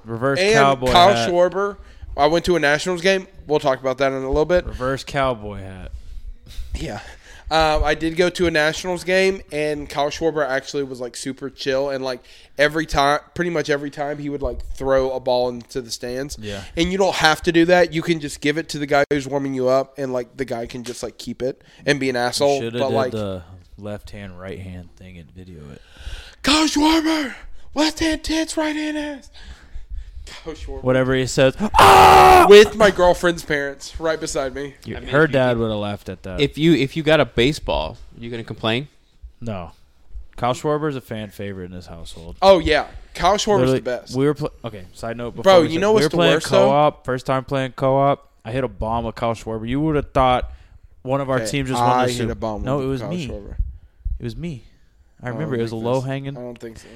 Speaker 4: Reverse
Speaker 1: and
Speaker 4: cowboy
Speaker 1: Kyle
Speaker 4: hat.
Speaker 1: Schwarber. I went to a Nationals game. We'll talk about that in a little bit.
Speaker 4: Reverse cowboy hat.
Speaker 1: Yeah. Um, I did go to a Nationals game, and Kyle Schwarber actually was like super chill, and like every time, pretty much every time, he would like throw a ball into the stands.
Speaker 4: Yeah.
Speaker 1: And you don't have to do that. You can just give it to the guy who's warming you up, and like the guy can just like keep it and be an
Speaker 2: Oh,
Speaker 1: asshole.
Speaker 4: Should have
Speaker 1: but
Speaker 4: did
Speaker 1: like
Speaker 4: the left hand, right hand thing and video it.
Speaker 1: Kyle Schwarber, left hand tits, right hand ass. Kyle Schwarber
Speaker 4: Whatever he says.
Speaker 1: with my girlfriend's parents right beside me.
Speaker 4: You-
Speaker 2: I mean,
Speaker 4: her
Speaker 2: if you
Speaker 4: dad would have laughed at that.
Speaker 2: If you if you got a baseball, you gonna complain?
Speaker 4: no. Kyle Schwarber's a fan favorite in this household.
Speaker 1: Oh yeah, Kyle Schwarber's
Speaker 4: Literally,
Speaker 1: the best.
Speaker 4: We were pl- okay. Side note, before
Speaker 1: Bro,
Speaker 4: we
Speaker 1: you
Speaker 4: start-
Speaker 1: know
Speaker 4: we
Speaker 1: what's
Speaker 4: were
Speaker 1: the
Speaker 4: playing
Speaker 1: worst, though?
Speaker 4: co-op. First time playing co-op. I hit a bomb with Kyle Schwarber. You would have thought one of our
Speaker 1: Okay,
Speaker 4: teams just
Speaker 1: I
Speaker 4: won the
Speaker 1: hit
Speaker 4: Super-
Speaker 1: a bomb
Speaker 4: No,
Speaker 1: with
Speaker 4: it was
Speaker 1: Kyle
Speaker 4: me.
Speaker 1: Schwarber.
Speaker 4: It was me. I
Speaker 1: I
Speaker 4: remember
Speaker 1: don't
Speaker 4: it was a
Speaker 1: think
Speaker 4: low
Speaker 1: this- Oh. I
Speaker 4: hanging.
Speaker 1: don't think so.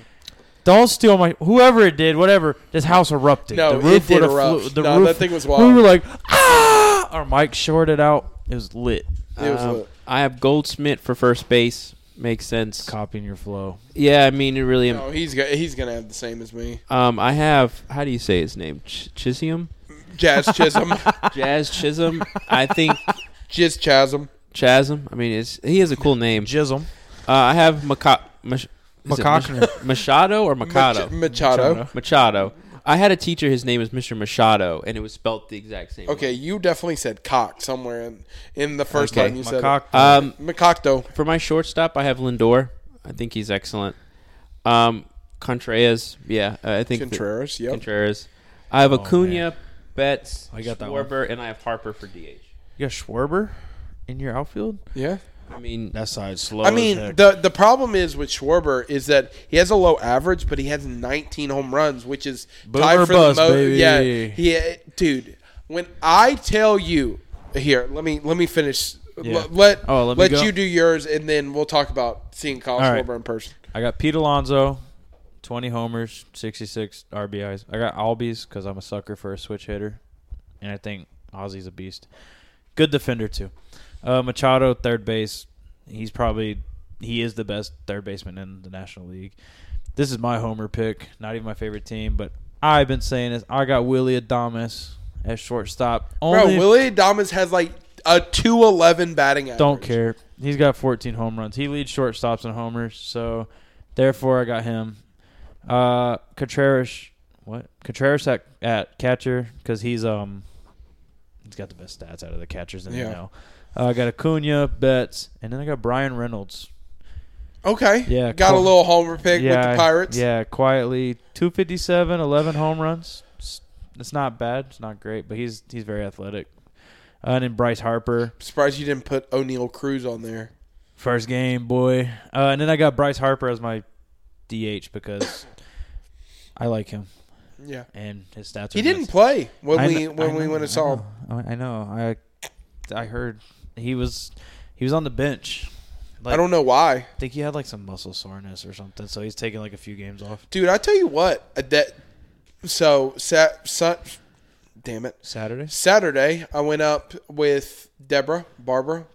Speaker 4: Don't steal my. Whoever it did, whatever. This house erupted.
Speaker 1: No,
Speaker 4: the roof
Speaker 1: it did
Speaker 4: would've
Speaker 1: erupt.
Speaker 4: flew- the
Speaker 1: No,
Speaker 4: roof.
Speaker 1: that thing was
Speaker 4: We were
Speaker 1: wild.
Speaker 4: like, ah! Our mic shorted out. It was lit.
Speaker 1: It was
Speaker 2: Um,
Speaker 1: lit.
Speaker 2: I have Goldsmith for first base. Makes sense.
Speaker 4: Copying your flow.
Speaker 2: Yeah, I mean it really.
Speaker 1: No, he's go- he's gonna have the same as me.
Speaker 2: Um, I have how do you say his name? Ch- Chisholm,
Speaker 1: Jazz Chisholm,
Speaker 2: Jazz Chisholm. I think
Speaker 1: Jizz Chasm.
Speaker 2: Chasm. I mean, it's he has a cool name.
Speaker 4: Jism.
Speaker 2: Uh, I have Maca- Mach- is it Mach-
Speaker 4: Macochner.
Speaker 2: Machado or Machado?
Speaker 1: Mach- Machado.
Speaker 2: Machado. I had a teacher. His name was Mr. Machado, and it was spelt the exact same.
Speaker 1: Okay,
Speaker 2: way.
Speaker 1: you definitely said cock somewhere in, in the first
Speaker 2: Okay,
Speaker 1: line you said.
Speaker 4: Macaque.
Speaker 2: Um,
Speaker 1: it. Macocto.
Speaker 2: for my shortstop, I have Lindor. I think he's excellent. Um, Contreras. Yeah, uh, I think that-
Speaker 1: Contreras. Yep.
Speaker 2: Contreras. I have
Speaker 4: Oh,
Speaker 2: Acuna,
Speaker 4: man.
Speaker 2: Betts,
Speaker 4: I got that
Speaker 2: Schwarber, and I have Harper for DH.
Speaker 4: you got Schwarber in your outfield.
Speaker 1: yeah.
Speaker 2: I mean,
Speaker 4: That side slow.
Speaker 1: I mean, the the problem is with Schwarber is that he has a low average, but he has 19 home runs, which is
Speaker 4: Boom
Speaker 1: tied
Speaker 4: or
Speaker 1: for
Speaker 4: bust,
Speaker 1: the most.
Speaker 4: baby.
Speaker 1: Yeah, yeah, dude. When I tell you, here, let me let me finish.
Speaker 4: Yeah.
Speaker 1: Let let,
Speaker 4: Oh, let
Speaker 1: let,
Speaker 4: me go.
Speaker 1: you do yours, and then we'll talk about seeing Kyle
Speaker 4: All right.
Speaker 1: Schwarber in person.
Speaker 4: I got Pete Alonso, 20 homers, 66 RBIs. I got Albies because I'm a sucker for a switch hitter, and I think Ozzy's a beast. Good defender too. Uh, Machado, third base. He's probably he is the best third baseman in the National League. This is my homer pick. Not even my favorite team, but I've been saying this. I got Willie Adamas as shortstop.
Speaker 1: Bro,
Speaker 4: Only
Speaker 1: Willie Adamas has like a 211 batting average.
Speaker 4: Don't care. He's got 14 home runs. He leads shortstops and homers, so therefore I got him. Uh, Contreras, what? Contreras at, at catcher because he's um he's got the best stats out of the catchers in
Speaker 1: Yeah.
Speaker 4: the NL. Uh, I got Acuna, Betts, and then I got Brian Reynolds.
Speaker 1: Okay.
Speaker 4: Yeah,
Speaker 1: Got
Speaker 4: cool.
Speaker 1: a little homer pick
Speaker 4: yeah,
Speaker 1: with the Pirates.
Speaker 4: Yeah, quietly 257, 11 home runs. It's, it's not bad. It's not great, but he's he's very athletic. Uh, and then Bryce Harper.
Speaker 1: Surprised you didn't put O'Neill Cruz on there.
Speaker 4: First game, boy. Uh, and then I got Bryce Harper as my DH because I like him
Speaker 1: Yeah.
Speaker 4: and his stats. Are
Speaker 1: He didn't
Speaker 4: nice.
Speaker 1: play when
Speaker 4: I
Speaker 1: we
Speaker 4: kn-
Speaker 1: when
Speaker 4: I
Speaker 1: we
Speaker 4: know,
Speaker 1: went
Speaker 4: I
Speaker 1: and saw him.
Speaker 4: know. I I know. I I heard he was he was on the bench. Like,
Speaker 1: I don't know why.
Speaker 4: think he had like some muscle soreness or something, so he's taking like a few games off.
Speaker 1: Dude, I tell you what, that so sat, sat damn it.
Speaker 4: Saturday.
Speaker 1: Saturday, I went up with Deborah, Barbara,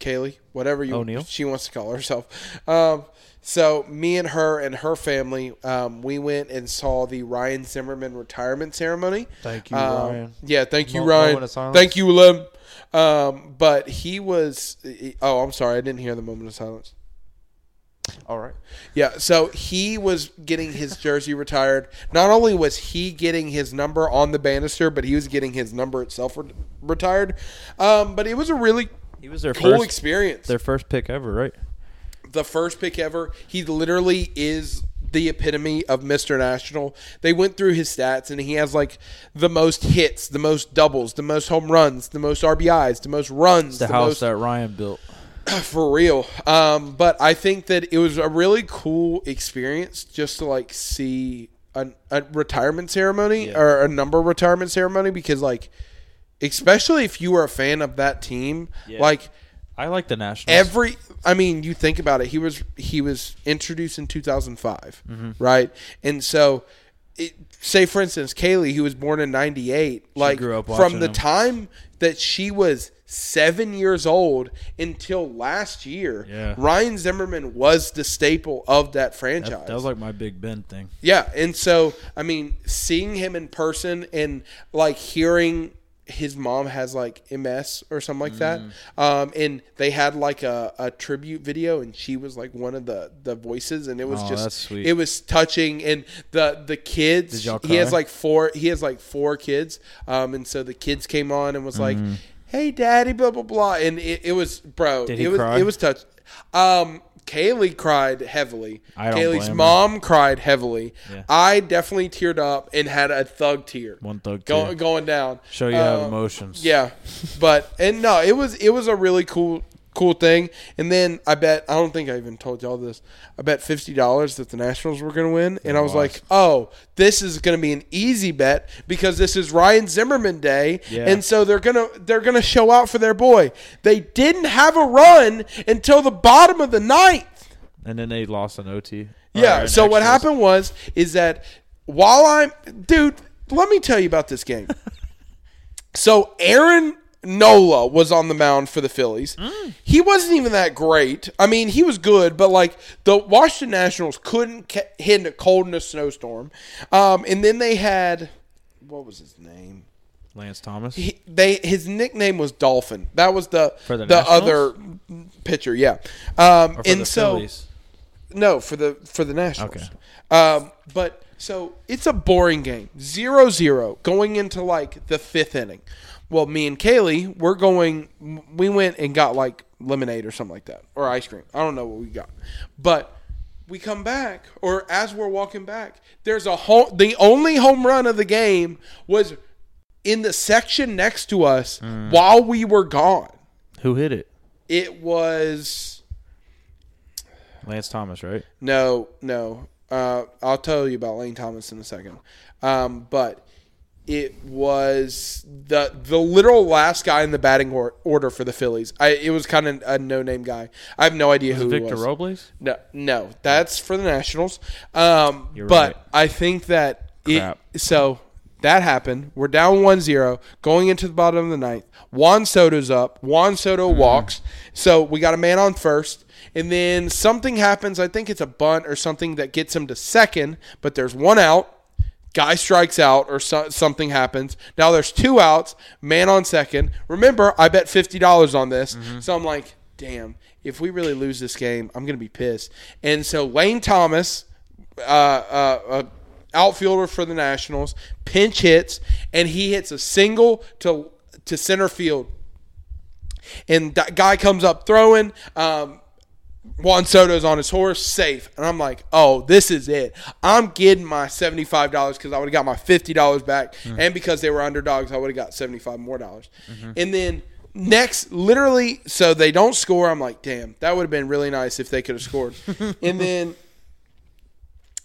Speaker 1: Kaylee, whatever you
Speaker 4: O'Neal.
Speaker 1: she wants to call herself. Um, so me and her and her family, um, we went and saw the Ryan Zimmerman retirement ceremony.
Speaker 4: Thank you,
Speaker 1: Um,
Speaker 4: Ryan.
Speaker 1: Yeah, thank you,
Speaker 4: Mo- moment
Speaker 1: Ryan.
Speaker 4: of silence.
Speaker 1: Thank you, Lem. Um, but he was. Oh, I'm sorry, I didn't hear the moment of silence.
Speaker 4: All right.
Speaker 1: Yeah, so he was getting his jersey retired. Not only was he getting his number on the banister, but he was getting his number itself re- retired. Um, but it was a really
Speaker 4: He was their
Speaker 1: cool
Speaker 4: first
Speaker 1: experience.
Speaker 4: their first pick ever, right?
Speaker 1: the first pick ever. He literally is the epitome of Mr. National. They went through his stats, and he has like the most hits, the most doubles, the most home runs, the most RBIs, the most runs,
Speaker 4: the, house that Ryan built.
Speaker 1: for real. Um, but I think that it was a really cool experience just to like see an, a retirement ceremony or a number retirement ceremony because like, especially if you were a fan of that team, like
Speaker 4: I like the Nationals.
Speaker 1: every i mean you think about it he was he was introduced in 2005
Speaker 4: Mm-hmm.
Speaker 1: right and so it, say for instance kaylee who was born in 98 like
Speaker 4: grew up watching
Speaker 1: from the
Speaker 4: him.
Speaker 1: time that she was seven years old until last year
Speaker 4: Yeah.
Speaker 1: ryan zimmerman was the staple of that franchise
Speaker 4: that was like my Big Ben thing.
Speaker 1: yeah, and so I mean, seeing him in person and like hearing his mom has like MS or something like that,
Speaker 4: Mm.
Speaker 1: um, and they had like a, a tribute video, and she was like one of the the voices, and it was
Speaker 4: Oh,
Speaker 1: just
Speaker 4: that's sweet.
Speaker 1: it was touching, and the the kids
Speaker 4: Did y'all
Speaker 1: he has
Speaker 4: cry?
Speaker 1: like four he has like four kids, um, and so the kids came on and was
Speaker 4: Mm-hmm.
Speaker 1: like, "Hey, daddy," blah blah blah, and it, it was bro,
Speaker 4: Did he
Speaker 1: it was
Speaker 4: cry?
Speaker 1: it was touch. Um, Kaylee cried heavily.
Speaker 4: I don't blame
Speaker 1: Kaylee's
Speaker 4: her.
Speaker 1: mom mom um, cried heavily.
Speaker 4: Yeah.
Speaker 1: I definitely teared up and had a thug tear
Speaker 4: One thug
Speaker 1: go,
Speaker 4: tear.
Speaker 1: going down.
Speaker 4: Show you have
Speaker 1: Um,
Speaker 4: emotions.
Speaker 1: Yeah, but and no, it was it was a really cool cool thing. And then I bet I don't think I even told y'all this. I bet fifty dollars that the Nationals were going to win, and I was like, oh, this is going to be an easy bet because this is Ryan Zimmerman day,
Speaker 4: Yeah.
Speaker 1: and so they're gonna they're gonna show out for their boy. They didn't have a run until the bottom of the ninth.
Speaker 4: And then they lost an OT.
Speaker 1: Yeah.
Speaker 4: Or an
Speaker 1: so what
Speaker 4: extras.
Speaker 1: happened was is that while I'm dude, let me tell you about this game. so Aaron Nola was on the mound for the Phillies.
Speaker 4: Mm.
Speaker 1: He wasn't even that great. I mean, he was good, but like the Washington Nationals couldn't ca- hit in a cold and a snowstorm. Um, and then they had what was his name?
Speaker 4: Lance Thomas.
Speaker 1: he, they his nickname was Dolphin. That was the
Speaker 4: the
Speaker 1: the,
Speaker 4: Nationals?
Speaker 1: other pitcher. Yeah, um,
Speaker 4: Or for
Speaker 1: and
Speaker 4: the
Speaker 1: so
Speaker 4: Phillies.
Speaker 1: no for the for the Nationals.
Speaker 4: Okay.
Speaker 1: Um, but so it's a boring game, zero zero going into like the fifth inning. Well, me and Kaylee, we're going. We went and got like lemonade or something like that, or ice cream. I don't know what we got, but we come back, or as we're walking back, there's a home. The only home run of the game was in the section next to us while we were gone.
Speaker 4: Who hit it?
Speaker 1: It was
Speaker 4: Lance Thomas, right?
Speaker 1: no, no. Uh, I'll tell you about Lane Thomas in a second. Um, but it was the the literal last guy in the batting or- order for the Phillies. I, it was kind of a no name guy. I have no idea who
Speaker 4: Victor
Speaker 1: it was.
Speaker 4: Robles.
Speaker 1: No, no, that's for the Nationals. Um,
Speaker 4: You're
Speaker 1: but
Speaker 4: right.
Speaker 1: I think that it,
Speaker 4: Crap.
Speaker 1: so that happened. We're down 1-0 going into the bottom of the ninth. Juan Soto's up. Juan Soto walks. So we got a man on first. And then something happens. I think it's a bunt or something that gets him to second, but there's one out. Guy strikes out or so, something happens. Now there's two outs, man on second. Remember, I bet $50 on this. So I'm like, damn, if we really lose this game, I'm going to be pissed. And so Lane Thomas, uh, uh, uh, outfielder for the Nationals, pinch hits, and he hits a single to, to center field. And that guy comes up throwing. Um, Juan Soto's on his horse, safe. And I'm like, oh, this is it. I'm getting my $75 because I would have got my $50 back. And because they were underdogs, I would have got 75 more dollars. And then next, literally, so they don't score. I'm like, damn, that would have been really nice if they could have scored. and then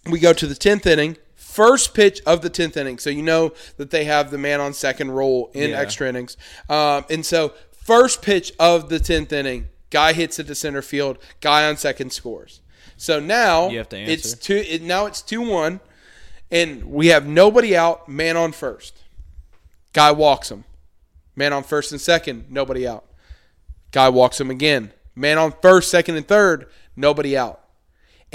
Speaker 1: we go to the 10th inning. First pitch of the 10th inning. So you know that they have the man on second roll in
Speaker 4: Yeah.
Speaker 1: extra innings. Um, and so, first pitch of the 10th inning, guy hits it to center field, guy on second scores. So now
Speaker 4: You have to
Speaker 1: it's
Speaker 4: answer.
Speaker 1: two. It, now it's two one, and we have nobody out. Man on first, guy walks him. Man on first and second, nobody out. Guy walks him again. Man on first, second, and third, nobody out.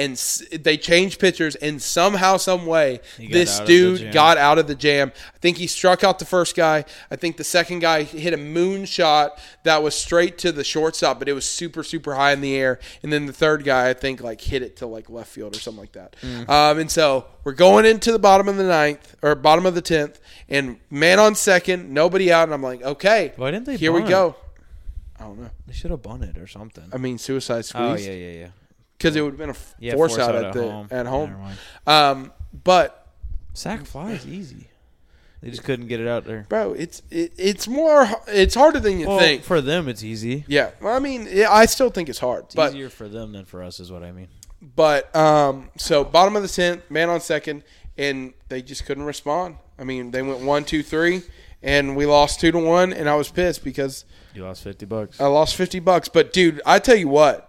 Speaker 1: And s- they change pitchers, and somehow, some way, this
Speaker 4: out of the jam.
Speaker 1: dude got out of the jam. I think he struck out the first guy. I think the second guy hit a moon shot that was straight to the shortstop, but it was super, super high in the air. And then the third guy, I think, like hit it to like left field or something like that.
Speaker 4: Mm.
Speaker 1: Um, and so we're going into the bottom of the ninth or bottom of the tenth, and man on second, nobody out, and I'm like, okay,
Speaker 4: Why didn't they
Speaker 1: Here we
Speaker 4: bunt?
Speaker 1: go. I don't know.
Speaker 4: They should have bunted or something.
Speaker 1: I mean, suicide squeeze.
Speaker 4: Oh yeah, yeah, yeah.
Speaker 1: because it would have been a f-
Speaker 4: Yeah,
Speaker 1: force,
Speaker 4: force
Speaker 1: out,
Speaker 4: out
Speaker 1: at,
Speaker 4: at
Speaker 1: the
Speaker 4: home.
Speaker 1: at
Speaker 4: Never
Speaker 1: home.
Speaker 4: mind.
Speaker 1: Um, but
Speaker 4: Sack fly is easy. They just couldn't get it out there.
Speaker 1: bro, it's it, it's more h- it's harder than you
Speaker 4: Well,
Speaker 1: think.
Speaker 4: for them, it's easy.
Speaker 1: Yeah, well, I mean, yeah, I still think it's hard,
Speaker 4: It's
Speaker 1: but
Speaker 4: easier for them than for us, is what I mean.
Speaker 1: but um, so bottom of the tenth, man on second, and they just couldn't respond. I mean, they went one, two, three, and we lost two to one, and I was pissed because
Speaker 4: You lost fifty bucks.
Speaker 1: I lost fifty bucks. But dude, I tell you what,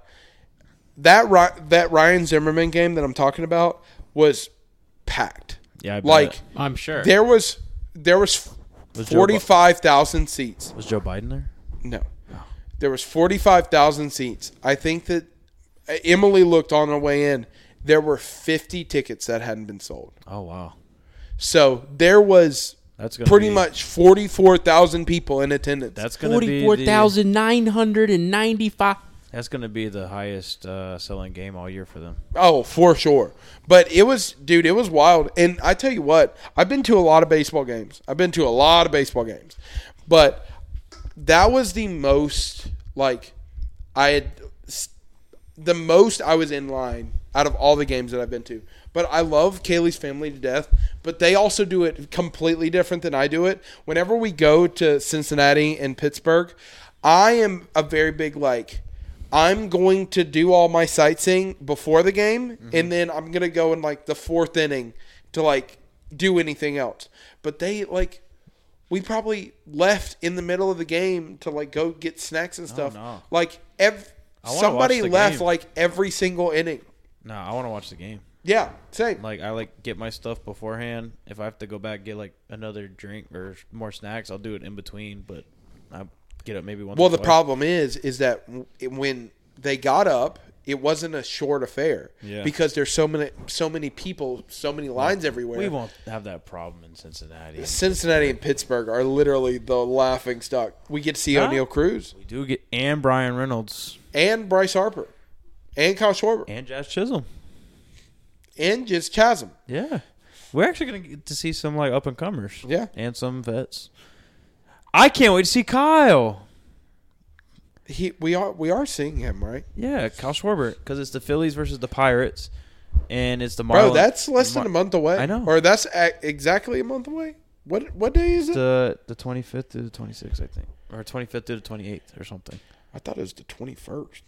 Speaker 1: that Ry- that Ryan Zimmerman game that I'm talking about was packed.
Speaker 4: Yeah, I bet.
Speaker 1: Like
Speaker 2: I'm sure.
Speaker 1: there was there was,
Speaker 4: Was Joe Bu-
Speaker 1: forty five thousand seats.
Speaker 4: was Joe Biden there?
Speaker 1: No, there was forty five thousand seats. I think that uh, Emily looked on her way in. There were fifty tickets that hadn't been sold.
Speaker 4: Oh wow,
Speaker 1: So there was
Speaker 4: that's gonna
Speaker 1: pretty
Speaker 4: be-
Speaker 1: much forty four thousand people in attendance.
Speaker 4: That's gonna be
Speaker 2: Forty-four thousand nine hundred and ninety-five.
Speaker 4: the- That's gonna be the highest uh, selling game all year for them.
Speaker 1: Oh, for sure. But it was, dude, it was wild. And I tell you what, I've been to a lot of baseball games. I've been to a lot of baseball games. But that was the most, like, I had, s- the most I was in line out of all the games that I've been to. But I love Kaylee's family to death, but they also do it completely different than I do it. Whenever we go to Cincinnati and Pittsburgh, I am a very big, like, I'm going to do all my sightseeing before the game, and then I'm gonna go in like the fourth inning to like do anything else. But they like we probably left in the middle of the game to like go get snacks and stuff.
Speaker 4: Oh, no.
Speaker 1: Like ev-
Speaker 4: I wanna
Speaker 1: somebody
Speaker 4: watch the
Speaker 1: left
Speaker 4: game.
Speaker 1: like every single inning.
Speaker 4: No, I want to watch the game.
Speaker 1: Yeah, same.
Speaker 4: Like I like get my stuff beforehand. If I have to go back and get like another drink or more snacks, I'll do it in between. But I get up maybe once.
Speaker 1: Well,
Speaker 4: or
Speaker 1: the
Speaker 4: twice.
Speaker 1: problem is, is that w- it- when they got up, it wasn't a short affair
Speaker 4: Yeah.
Speaker 1: because there's so many, so many people, so many lines everywhere.
Speaker 4: we won't have that problem in Cincinnati.
Speaker 1: Cincinnati and Pittsburgh are literally the laughing stock. We get to see
Speaker 4: Huh?
Speaker 1: O'Neill Cruz
Speaker 4: We do get and Brian Reynolds
Speaker 1: and Bryce Harper and Kyle Schwarber
Speaker 4: and Josh Chisholm.
Speaker 1: and just Chasm.
Speaker 4: Yeah, we're actually gonna get to see some like up and comers.
Speaker 1: Yeah.
Speaker 4: and some vets. I can't wait to see Kyle.
Speaker 1: He we are we are seeing him right,
Speaker 4: Yeah, Kyle Schwarber because it's the Phillies versus the Pirates, and it's the Marlins.
Speaker 1: bro. that's less than a month away.
Speaker 4: I know.
Speaker 1: or that's a- exactly a month away. What what day is it?
Speaker 4: the uh, the twenty fifth to the twenty sixth, I think, or twenty fifth to the twenty eighth, or something.
Speaker 1: I thought it was the twenty first.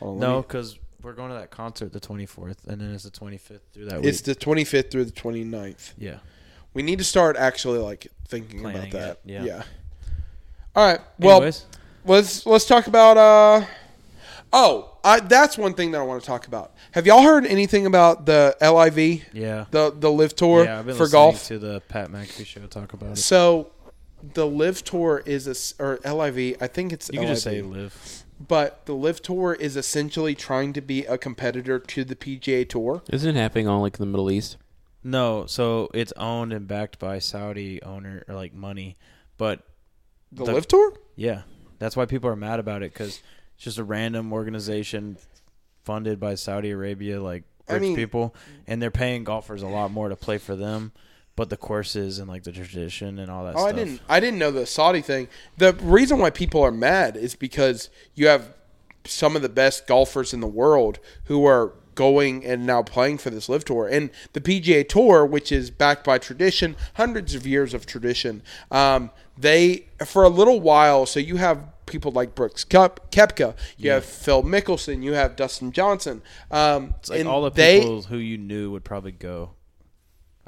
Speaker 4: No, because we're going to that concert the twenty fourth, and then it's the twenty fifth through that
Speaker 1: it's
Speaker 4: week.
Speaker 1: the twenty fifth through the 29th.
Speaker 4: yeah,
Speaker 1: We need to start actually like thinking
Speaker 4: Planning
Speaker 1: about that.
Speaker 4: it, yeah.
Speaker 1: All right. Well,
Speaker 4: Anyways.
Speaker 1: let's let's talk about uh oh I, that's one thing that I want to talk about. Have y'all heard anything about the LIV?
Speaker 4: yeah,
Speaker 1: The the Live Tour
Speaker 4: yeah. I've been
Speaker 1: for
Speaker 4: listening
Speaker 1: golf.
Speaker 4: to the Pat McAfee show talk about it.
Speaker 1: So the Live Tour is a s- or LIV. I think it's
Speaker 4: You can just say
Speaker 1: LIV.
Speaker 4: live.
Speaker 1: but the Live Tour is essentially trying to be a competitor to the PGA Tour.
Speaker 2: Isn't it happening all like in the Middle East?
Speaker 4: No, so it's owned and backed by Saudi owner or like money, but
Speaker 1: The,
Speaker 4: The-
Speaker 1: Live Tour?
Speaker 4: Yeah, that's why people are mad about it because it's just a random organization funded by Saudi Arabia, like
Speaker 1: I
Speaker 4: rich
Speaker 1: mean-
Speaker 4: people, and they're paying golfers a lot more to play for them. But the courses and like the tradition and all that.
Speaker 1: Oh, I
Speaker 4: stuff.
Speaker 1: didn't. I didn't know the Saudi thing. The reason why people are mad is because you have some of the best golfers in the world who are going and now playing for this live tour and the PGA Tour, which is backed by tradition, hundreds of years of tradition. Um, they for a little while. So you have people like Brooks Cup, Kepka. You have Phil Mickelson. You have Dustin Johnson. Um,
Speaker 4: It's like
Speaker 1: and
Speaker 4: all the
Speaker 1: they-
Speaker 4: people who you knew would probably go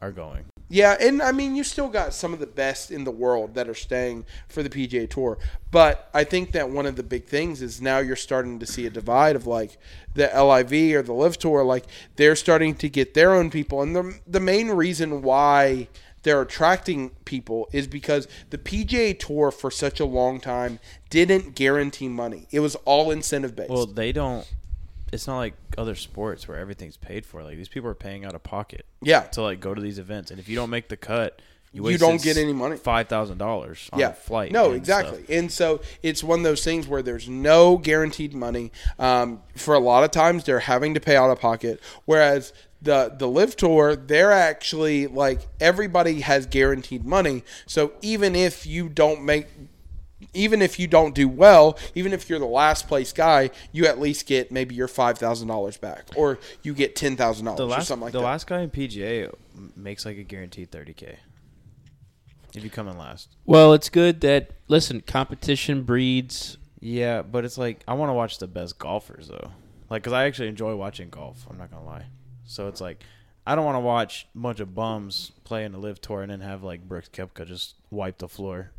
Speaker 4: are going.
Speaker 1: yeah, and I mean, you still got some of the best in the world that are staying for the PGA Tour. But I think that one of the big things is now you're starting to see a divide of like the LIV or the Live Tour. Like they're starting to get their own people, and the the main reason why they're attracting people is because the PGA Tour for such a long time didn't guarantee money. It was all incentive based.
Speaker 4: Well, they don't. It's not like other sports where everything's paid for. Like these people are paying out of pocket.
Speaker 1: Yeah.
Speaker 4: To like go to these events, and if you don't make the cut, you,
Speaker 1: You don't get any money.
Speaker 4: Five thousand dollars on a flight.
Speaker 1: No,
Speaker 4: and
Speaker 1: exactly.
Speaker 4: stuff.
Speaker 1: And so it's one of those things where there's no guaranteed money. Um, for a lot of times, they're having to pay out of pocket. Whereas the the live tour, they're actually like everybody has guaranteed money. So even if you don't make even if you don't do well, even if you're the last place guy, you at least get maybe your five thousand dollars back, or you get ten thousand
Speaker 4: The
Speaker 1: dollars or
Speaker 4: last,
Speaker 1: something like
Speaker 4: the
Speaker 1: that.
Speaker 4: last guy in PGA makes like a guaranteed 30k. If you come in last.
Speaker 2: Well, it's good that listen, competition breeds.
Speaker 4: Yeah, but it's like I want to watch the best golfers though. Like cuz I actually enjoy watching golf, I'm not going to lie. So it's like I don't want to watch a bunch of bums play in the live tour and then have like Brooks Kepka just wipe the floor.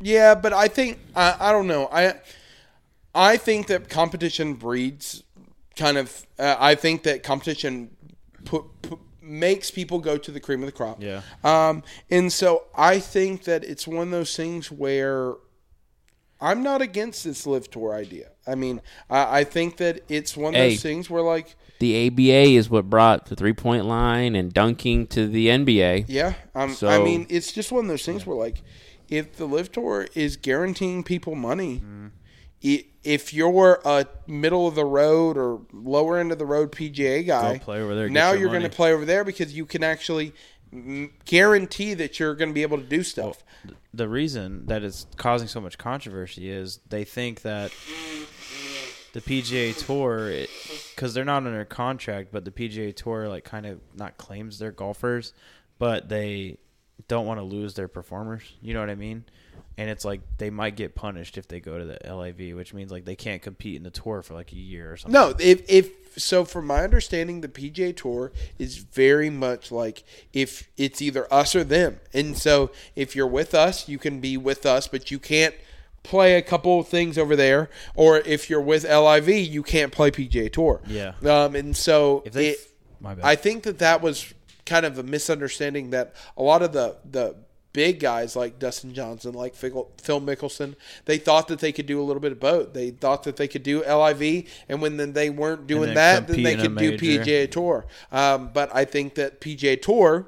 Speaker 1: Yeah, but I think I, I don't know. I I think that competition breeds kind of. Uh, I think that competition put, put makes people go to the cream of the crop.
Speaker 4: Yeah.
Speaker 1: Um, and so I think that it's one of those things where I'm not against this live tour idea. I mean, I, I think that it's one of
Speaker 2: Hey.
Speaker 1: those things where like,
Speaker 2: The ABA is what brought the three point line and dunking to the NBA.
Speaker 1: yeah, um, I
Speaker 2: So-
Speaker 1: mean, it's just one of those things where like, if the live tour is guaranteeing people money,
Speaker 4: Mm-hmm.
Speaker 1: i- if you're a middle of the road or lower end of the road PGA guy,
Speaker 4: play over there, get
Speaker 1: Now
Speaker 4: your
Speaker 1: you're going to
Speaker 4: money.
Speaker 1: play over there because you can actually mm, guarantee that you're going to be able to do stuff.
Speaker 4: The reason that it's causing so much controversy is they think that the PGA Tour, because they're not under contract, but the PGA Tour like kind of not claims they're golfers, but they don't want to lose their performers. You know what I mean? And it's like they might get punished if they go to the LIV, which means like they can't compete in the tour for like a year or something.
Speaker 1: No, if if so, from my understanding, the PJ Tour is very much like if it's either us or them, and so if you're with us, you can be with us, but you can't play a couple of things over there, or if you're with LIV, you can't play PJ Tour.
Speaker 4: Yeah.
Speaker 1: um, and so
Speaker 4: If they,
Speaker 1: it-
Speaker 4: my bad.
Speaker 1: I think that that was kind of a misunderstanding that a lot of the the big guys like Dustin Johnson, like Fickle, Phil Mickelson, they thought that they could do a little bit of both. They thought that they could do LIV, and when then they weren't doing that,
Speaker 4: then
Speaker 1: then
Speaker 4: compete
Speaker 1: they
Speaker 4: in a
Speaker 1: could do
Speaker 4: major.
Speaker 1: PGA Tour. Um, but I think that PGA Tour.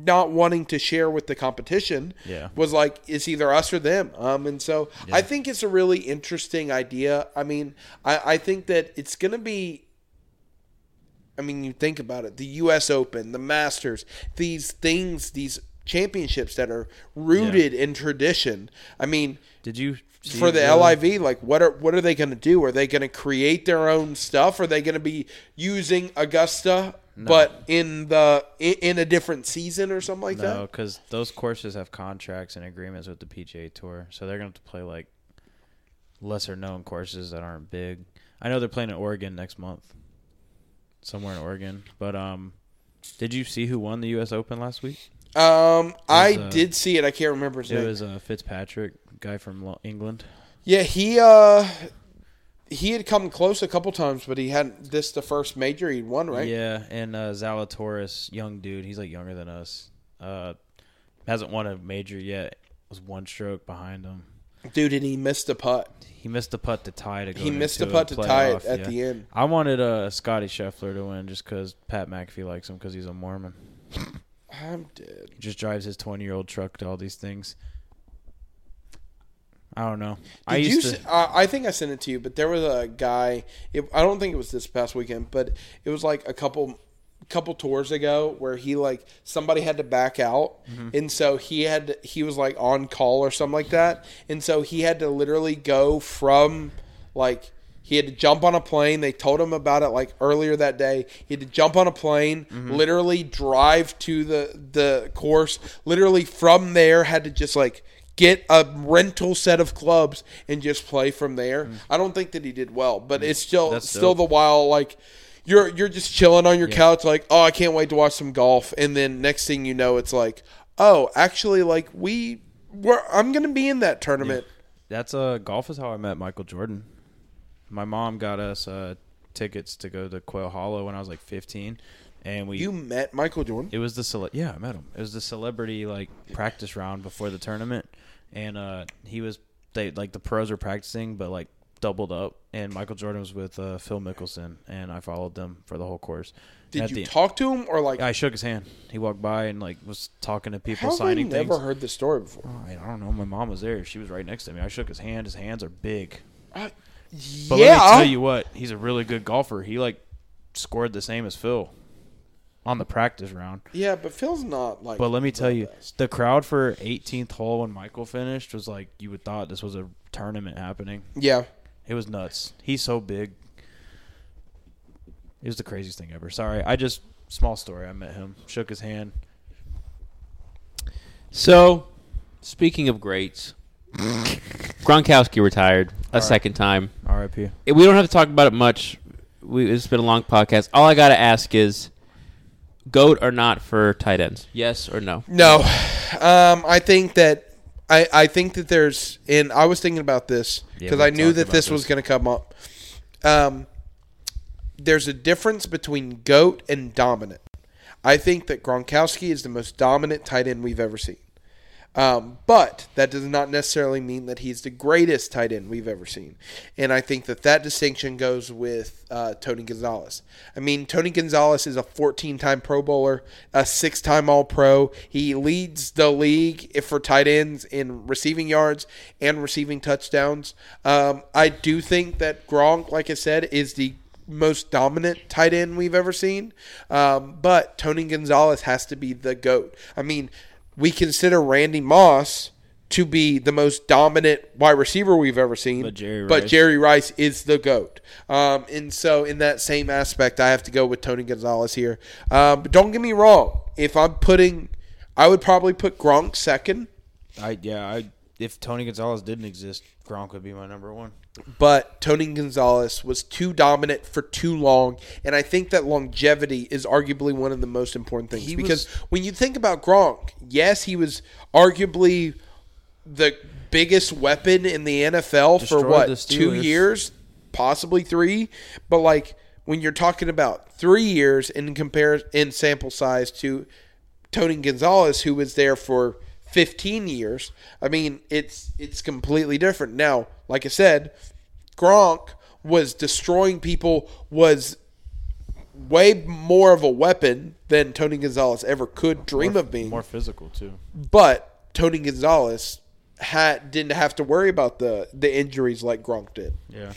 Speaker 1: Not wanting to share with the competition
Speaker 4: Yeah.
Speaker 1: was like it's either us or them, um, and so I think it's a really interesting idea. I mean, I, I think that it's going to be I mean, you think about it the U.S. Open, the Masters, these things, these championships that are rooted in tradition. I mean,
Speaker 4: Did you see
Speaker 1: for the LIV, like what are what are they going to do? Are they going to create their own stuff? Are they going to be using Augusta, but in the in, in a different season or something like
Speaker 4: No,
Speaker 1: that?
Speaker 4: because those courses have contracts and agreements with the PGA Tour, so they're going to have to play like lesser known courses that aren't big. I know they're playing in Oregon next month, somewhere in Oregon. But um, did you see who won the U.S. Open last week?
Speaker 1: Um, I
Speaker 4: uh,
Speaker 1: did see it. I can't remember his
Speaker 4: It
Speaker 1: name.
Speaker 4: was uh, Fitzpatrick, guy from Lo- England.
Speaker 1: yeah, he uh, he had come close a couple times, but he hadn't. This the first major he'd won, right?
Speaker 4: Yeah, and uh, Zalatoris, young dude, he's like younger than us. Uh, hasn't won a major yet. Was one stroke behind him.
Speaker 1: Dude, and he missed a putt.
Speaker 4: He missed the putt to tie to go.
Speaker 1: He missed the
Speaker 4: into a
Speaker 1: putt to tie it
Speaker 4: playoff,
Speaker 1: at
Speaker 4: yeah.
Speaker 1: the end.
Speaker 4: I wanted uh, Scotty Scheffler to win just because Pat McAfee likes him because he's a Mormon.
Speaker 1: I'm dead.
Speaker 4: He just drives his 20 year old truck to all these things. I don't know. I
Speaker 1: Did you?
Speaker 4: used
Speaker 1: s
Speaker 4: to.
Speaker 1: I I think I sent it to you, but there was a guy. It, I don't think it was this past weekend, but it was like a couple, couple tours ago where he like somebody had to back out,
Speaker 4: Mm-hmm.
Speaker 1: and so he had he was like on call or something like that, and so he had to literally go from like he had to jump on a plane. They told him about it like earlier that day. He had to jump on a plane,
Speaker 4: Mm-hmm.
Speaker 1: literally drive to the the course, literally from there had to just like get a rental set of clubs and just play from there. I don't think that he did well, but it's still
Speaker 4: Mm. That's
Speaker 1: still the while like you're you're just chilling on your couch like, "Oh, I can't wait to watch some golf." And then next thing you know, it's like, "Oh, actually like we we're, I'm going to be in that tournament."
Speaker 4: That's uh, golf is how I met Michael Jordan. My mom got us uh, tickets to go to Quail Hollow when I was like 15, and we
Speaker 1: You met Michael Jordan?
Speaker 4: It was the cele- yeah, I met him. It was the celebrity like practice round before the tournament, and uh, he was they like the pros were practicing, but like doubled up, and Michael Jordan was with uh, Phil Mickelson, and I followed them for the whole course. And
Speaker 1: Did
Speaker 4: at
Speaker 1: you
Speaker 4: the-
Speaker 1: talk to him or like
Speaker 4: I shook his hand. He walked by and like was talking to people
Speaker 1: How have I
Speaker 4: signing
Speaker 1: never
Speaker 4: things.
Speaker 1: heard this story before?
Speaker 4: I I don't know. My mom was there. She was right next to me. I shook his hand. His hands are big. But let me tell you what, he's a really good golfer. He like scored the same as Phil
Speaker 5: on the practice round.
Speaker 1: Yeah, but Phil's not like.
Speaker 5: But let me
Speaker 1: the
Speaker 5: tell you,
Speaker 1: best.
Speaker 5: the crowd for 18th hole when Michael finished was like you would thought this was a tournament happening.
Speaker 1: Yeah,
Speaker 5: It was nuts. He's so big. It was the craziest thing ever. Sorry, I just small story. I met him, shook his hand.
Speaker 2: So, speaking of greats, Gronkowski retired a second time.
Speaker 5: R.I.P.
Speaker 2: Eh, We don't have to talk about it much. We, it's been a long podcast. All I got to ask is GOAT or not for tight ends? Yes or no?
Speaker 1: No, um, I think that I, I think that there's, and I was thinking about this
Speaker 5: Yeah,
Speaker 1: because
Speaker 5: we
Speaker 1: I knew
Speaker 5: talked
Speaker 1: that
Speaker 5: about
Speaker 1: this, was going to come up. Um, there's a difference between goat and dominant. I think that Gronkowski is the most dominant tight end we've ever seen. Um, but that does not necessarily mean that he's the greatest tight end we've ever seen. And I think that that distinction goes with uh, Tony Gonzalez. I mean, Tony Gonzalez is a 14 time Pro Bowler, a six time All Pro. He leads the league if for tight ends in receiving yards and receiving touchdowns. Um, I do think that Gronk, like I said, is the most dominant tight end we've ever seen. Um, but Tony Gonzalez has to be the GOAT. I mean, we consider Randy Moss to be the most dominant wide receiver we've ever seen.
Speaker 5: But Jerry Rice.
Speaker 1: Jerry Rice is the GOAT. Um, and so, in that same aspect, I have to go with Tony Gonzalez here. Um, but don't get me wrong. If I'm putting, I would probably put Gronk second.
Speaker 5: I yeah. I if Tony Gonzalez didn't exist, Gronk would be my number one.
Speaker 1: but Tony Gonzalez was too dominant for too long, and I think that longevity is arguably one of the most important things
Speaker 5: He
Speaker 1: because when you think about Gronk, yes, he was arguably the biggest weapon in the NFL for
Speaker 5: Destroyed the
Speaker 1: what two
Speaker 5: Steelers.
Speaker 1: years, possibly three, but like when you're talking about three years in compare in sample size to Tony Gonzalez, who was there for 15 years, I mean it's it's completely different now. Like I said, Gronk was destroying people, was way more of a weapon than Tony Gonzalez ever could dream of being.
Speaker 5: More physical too.
Speaker 1: But Tony Gonzalez had didn't have to worry about the the injuries like Gronk did.
Speaker 5: Yeah,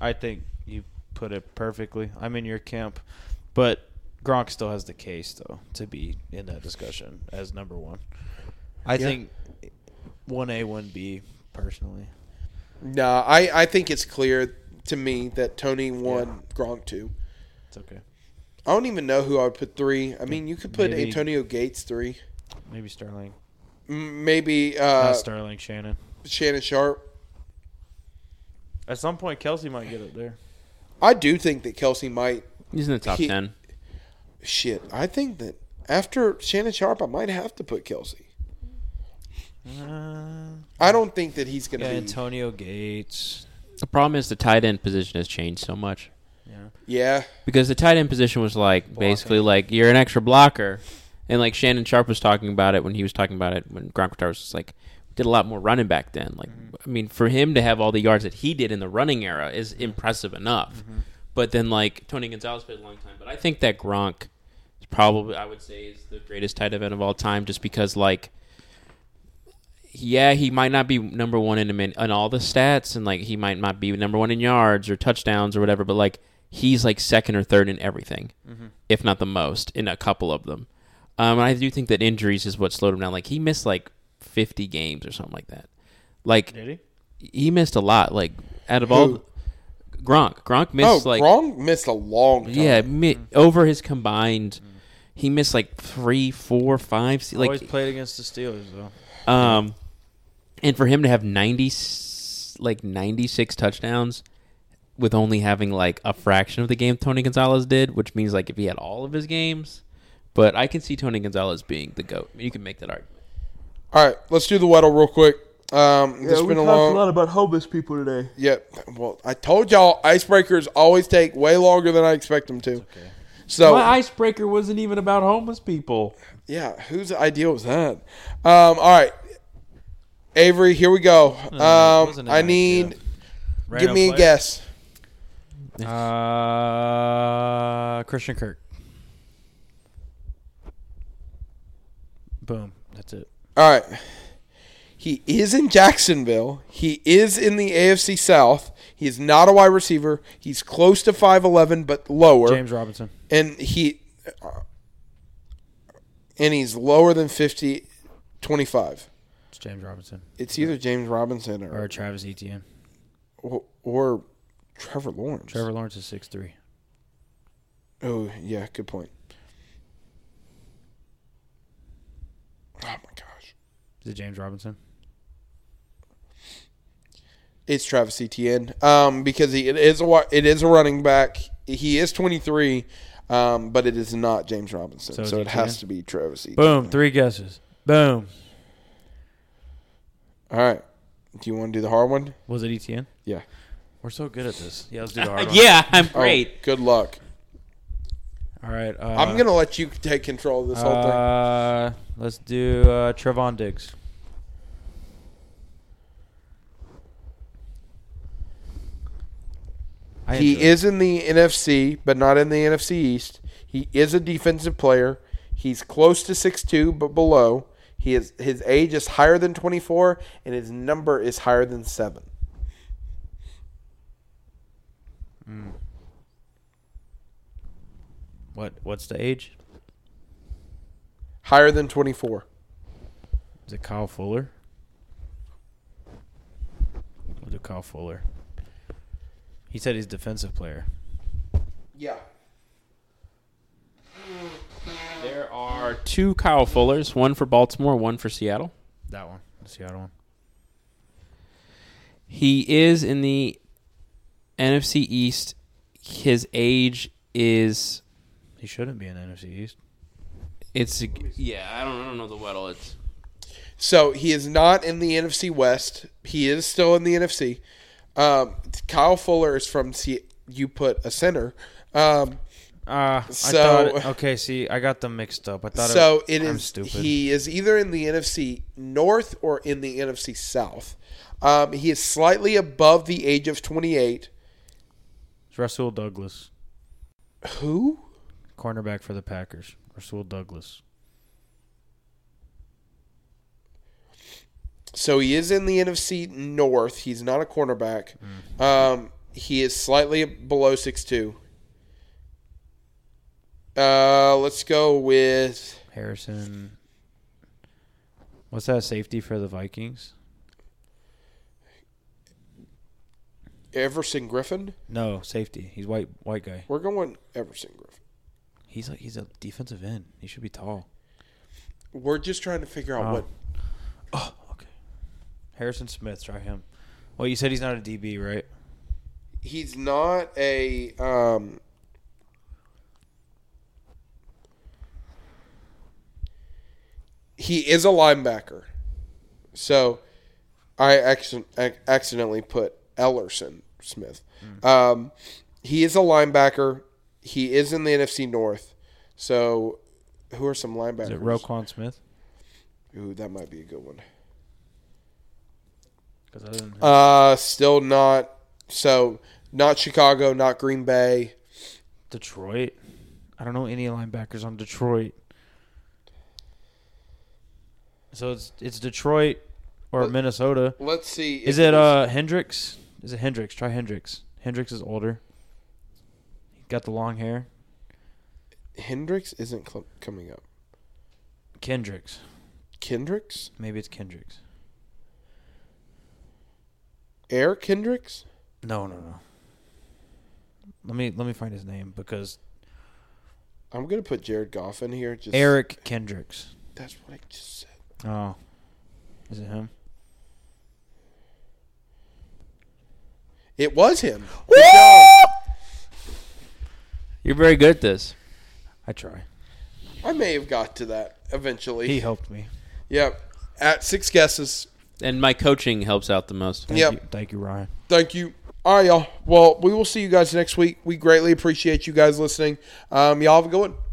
Speaker 5: I think you put it perfectly. I'm in your camp, but Gronk still has the case though to be in that discussion as number one. I think one A, one B personally.
Speaker 1: Nah, I I think it's clear to me that Tony won Gronk two.
Speaker 5: It's okay.
Speaker 1: I don't even know who I would put three. I mean, you could put
Speaker 5: Maybe-
Speaker 1: Antonio Gates three,
Speaker 5: Maybe Sterling,
Speaker 1: M- maybe
Speaker 5: not
Speaker 1: uh,
Speaker 5: Sterling Shannon.
Speaker 1: Shannon Sharp.
Speaker 5: At some point, Kelsey might get up there.
Speaker 1: I do think that Kelsey might.
Speaker 2: He's in the top
Speaker 1: He-
Speaker 2: 10.
Speaker 1: Shit, I think that after Shannon Sharp, I might have to put Kelsey. I don't think that he's gonna
Speaker 5: Uh, yeah,
Speaker 1: be.
Speaker 5: Antonio Gates.
Speaker 2: The problem is the tight end position has changed so much.
Speaker 5: Yeah,
Speaker 1: yeah,
Speaker 2: because the tight end position was like basically like you're an extra blocker, and like Shannon Sharp was talking about it when he was talking about it when Gronk retired was just like we did a lot more running back then. Like I mean, for him to have all the yards that he did in the running era is impressive enough. But then like Tony Gonzalez played a long time, but I think that Gronk is probably I would say is the greatest tight end of all time, just because like. Yeah, he might not be number one in, a min- in all the stats, and like he might not be number one in yards or touchdowns or whatever. But like he's like second or third in everything,
Speaker 1: Mm-hmm.
Speaker 2: if not the most, in a couple of them. Um, and I do think that injuries is what slowed him down. Like he missed like 50 games or something like that. Like
Speaker 5: did
Speaker 2: he missed a lot. Like out of all
Speaker 1: Who?
Speaker 2: Gronk, Gronk
Speaker 1: oh,
Speaker 2: missed like
Speaker 1: Gronk missed a long time.
Speaker 2: yeah mi- over his combined. He missed like three, four, five. se-
Speaker 5: he?
Speaker 2: Like
Speaker 5: Always played against the Steelers though.
Speaker 2: um, and for him to have ninety s- like ninety six touchdowns with only having like a fraction of the game Tony Gonzalez did, which means like if he had all of his games, but I can see Tony Gonzalez being the goat. You can make that argument.
Speaker 1: All right, let's do the Weddle real quick. Um, it's been a long.
Speaker 3: about homeless people today.
Speaker 1: yeah, well, I told y'all icebreakers always take way longer than I expect them to. So
Speaker 2: Oh. icebreaker wasn't even about homeless people.
Speaker 1: yeah, whose idea was that? Um, all right, Avery, here we go. Um,
Speaker 5: wasn't an
Speaker 1: I need
Speaker 5: idea. Right
Speaker 1: give
Speaker 5: up
Speaker 1: me a
Speaker 5: play.
Speaker 1: guess.
Speaker 5: Uh, Christian Kirk. Boom. That's it.
Speaker 1: All right, he is in Jacksonville. He is in the AFC South. He is not a wide receiver. He's close to five eleven, but lower.
Speaker 5: James Robinson.
Speaker 1: and he uh, and he's lower than 50, 25.
Speaker 4: It's James Robinson
Speaker 1: It's either James Robinson
Speaker 4: or
Speaker 1: or
Speaker 4: Travis Etienne.
Speaker 1: or, or Trevor Lawrence.
Speaker 4: Trevor Lawrence is six three.
Speaker 1: Oh yeah, good point. Oh my gosh,
Speaker 4: Is it James Robinson?
Speaker 1: it's Travis Etienne. Um, because he it is a wa- it is a running back. He is twenty three, um, but it is not James Robinson. So,
Speaker 4: So
Speaker 1: it
Speaker 4: it's
Speaker 1: has
Speaker 4: Etienne?
Speaker 1: to be Travis Etienne.
Speaker 4: Boom, three guesses. Boom.
Speaker 1: All right. Do you want to do the hard one?
Speaker 4: Was it Etienne?
Speaker 1: Yeah.
Speaker 4: We're so good at this. Uh, Yeah, let's do the hard one.
Speaker 2: yeah, I'm
Speaker 1: Oh,
Speaker 2: great.
Speaker 1: good luck.
Speaker 4: All right. Uh,
Speaker 1: I'm gonna let you take control of this whole thing.
Speaker 6: Uh, let's do uh, Trevon Diggs. I
Speaker 1: He
Speaker 6: enjoy-
Speaker 1: is in the NFC, but not in the NFC East. He is a defensive player. He's close to 6'2", but below. He is his age is higher than twenty four, and his number is higher than seven.
Speaker 4: What? What's the age?
Speaker 1: Higher than twenty four.
Speaker 4: Is it Kyle Fuller? We'll do Kyle Fuller. He said he's a defensive player.
Speaker 1: Yeah.
Speaker 2: There are two Kyle Fullers, one for Baltimore, one for Seattle.
Speaker 4: That one. The Seattle one.
Speaker 2: He is in the NFC East. His age is
Speaker 4: He shouldn't be in the NFC East.
Speaker 2: it's yeah. I don't I don't know the Weddle. It's
Speaker 1: So he is not in the NFC West. He is still in the NFC. Um, Kyle Fuller is from C- you put a center. Um,
Speaker 4: Ah,
Speaker 1: So-
Speaker 4: I thought, okay, see, I got them mixed up. I thought
Speaker 1: so
Speaker 4: it,
Speaker 1: it
Speaker 4: I'm
Speaker 1: is-
Speaker 4: stupid.
Speaker 1: He is either in the NFC North or in the NFC South. Um, he is slightly above the age of 28.
Speaker 4: It's Russell Douglas,
Speaker 1: Who?
Speaker 4: cornerback for the Packers. Russell Douglas.
Speaker 1: So he is in the NFC North. He's not a cornerback.
Speaker 4: Mm.
Speaker 1: Um, he is slightly below 6'2. Uh, let's go with
Speaker 4: Harrison. What's that safety for the Vikings?
Speaker 1: Everson Griffin.
Speaker 4: No, safety. He's white white guy.
Speaker 1: We're going Everson Griffin.
Speaker 4: He's like he's a defensive end. He should be tall.
Speaker 1: We're just trying to figure out
Speaker 4: Oh.
Speaker 1: what.
Speaker 4: Harrison Smith, try him. Well, you said he's not a DB, right?
Speaker 1: He's not a. Um, he is a linebacker. So I accident, ac- accidentally put Ellerson Smith.
Speaker 4: Hmm.
Speaker 1: Um, he is a linebacker. He is in the NFC North. So who are some linebackers?
Speaker 4: Is it Roquan Smith?
Speaker 1: Ooh, that might be a good one.
Speaker 4: Because I didn't.
Speaker 1: Uh, still not. So not Chicago, not Green Bay.
Speaker 4: Detroit. I don't know any linebackers on Detroit. So it's it's Detroit or
Speaker 1: Let-
Speaker 4: Minnesota.
Speaker 1: Let's see. if
Speaker 4: Is it uh Hendricks? Is it Hendricks? Try Hendricks. Hendricks is older. He got the long hair.
Speaker 1: Hendricks isn't cl- coming up.
Speaker 4: Kendricks.
Speaker 1: Kendricks,
Speaker 4: Maybe it's Kendricks.
Speaker 1: Air Kendricks.
Speaker 4: No, no, no. Let me let me find his name because
Speaker 1: I'm gonna put Jared Goff in here. Just
Speaker 4: Eric Kendricks.
Speaker 1: That's what I just said.
Speaker 4: Oh. Is it him?
Speaker 1: It was him.
Speaker 2: you're very good at this.
Speaker 4: I try.
Speaker 1: I may have got to that eventually.
Speaker 4: He helped me.
Speaker 1: Yep. At six guesses.
Speaker 2: And my coaching helps out the most.
Speaker 4: Thank
Speaker 1: Yep.
Speaker 4: You, thank you, Ryan.
Speaker 1: Thank you. All right, y'all. Well, we will see you guys next week. We greatly appreciate you guys listening. Um, y'all have a good one.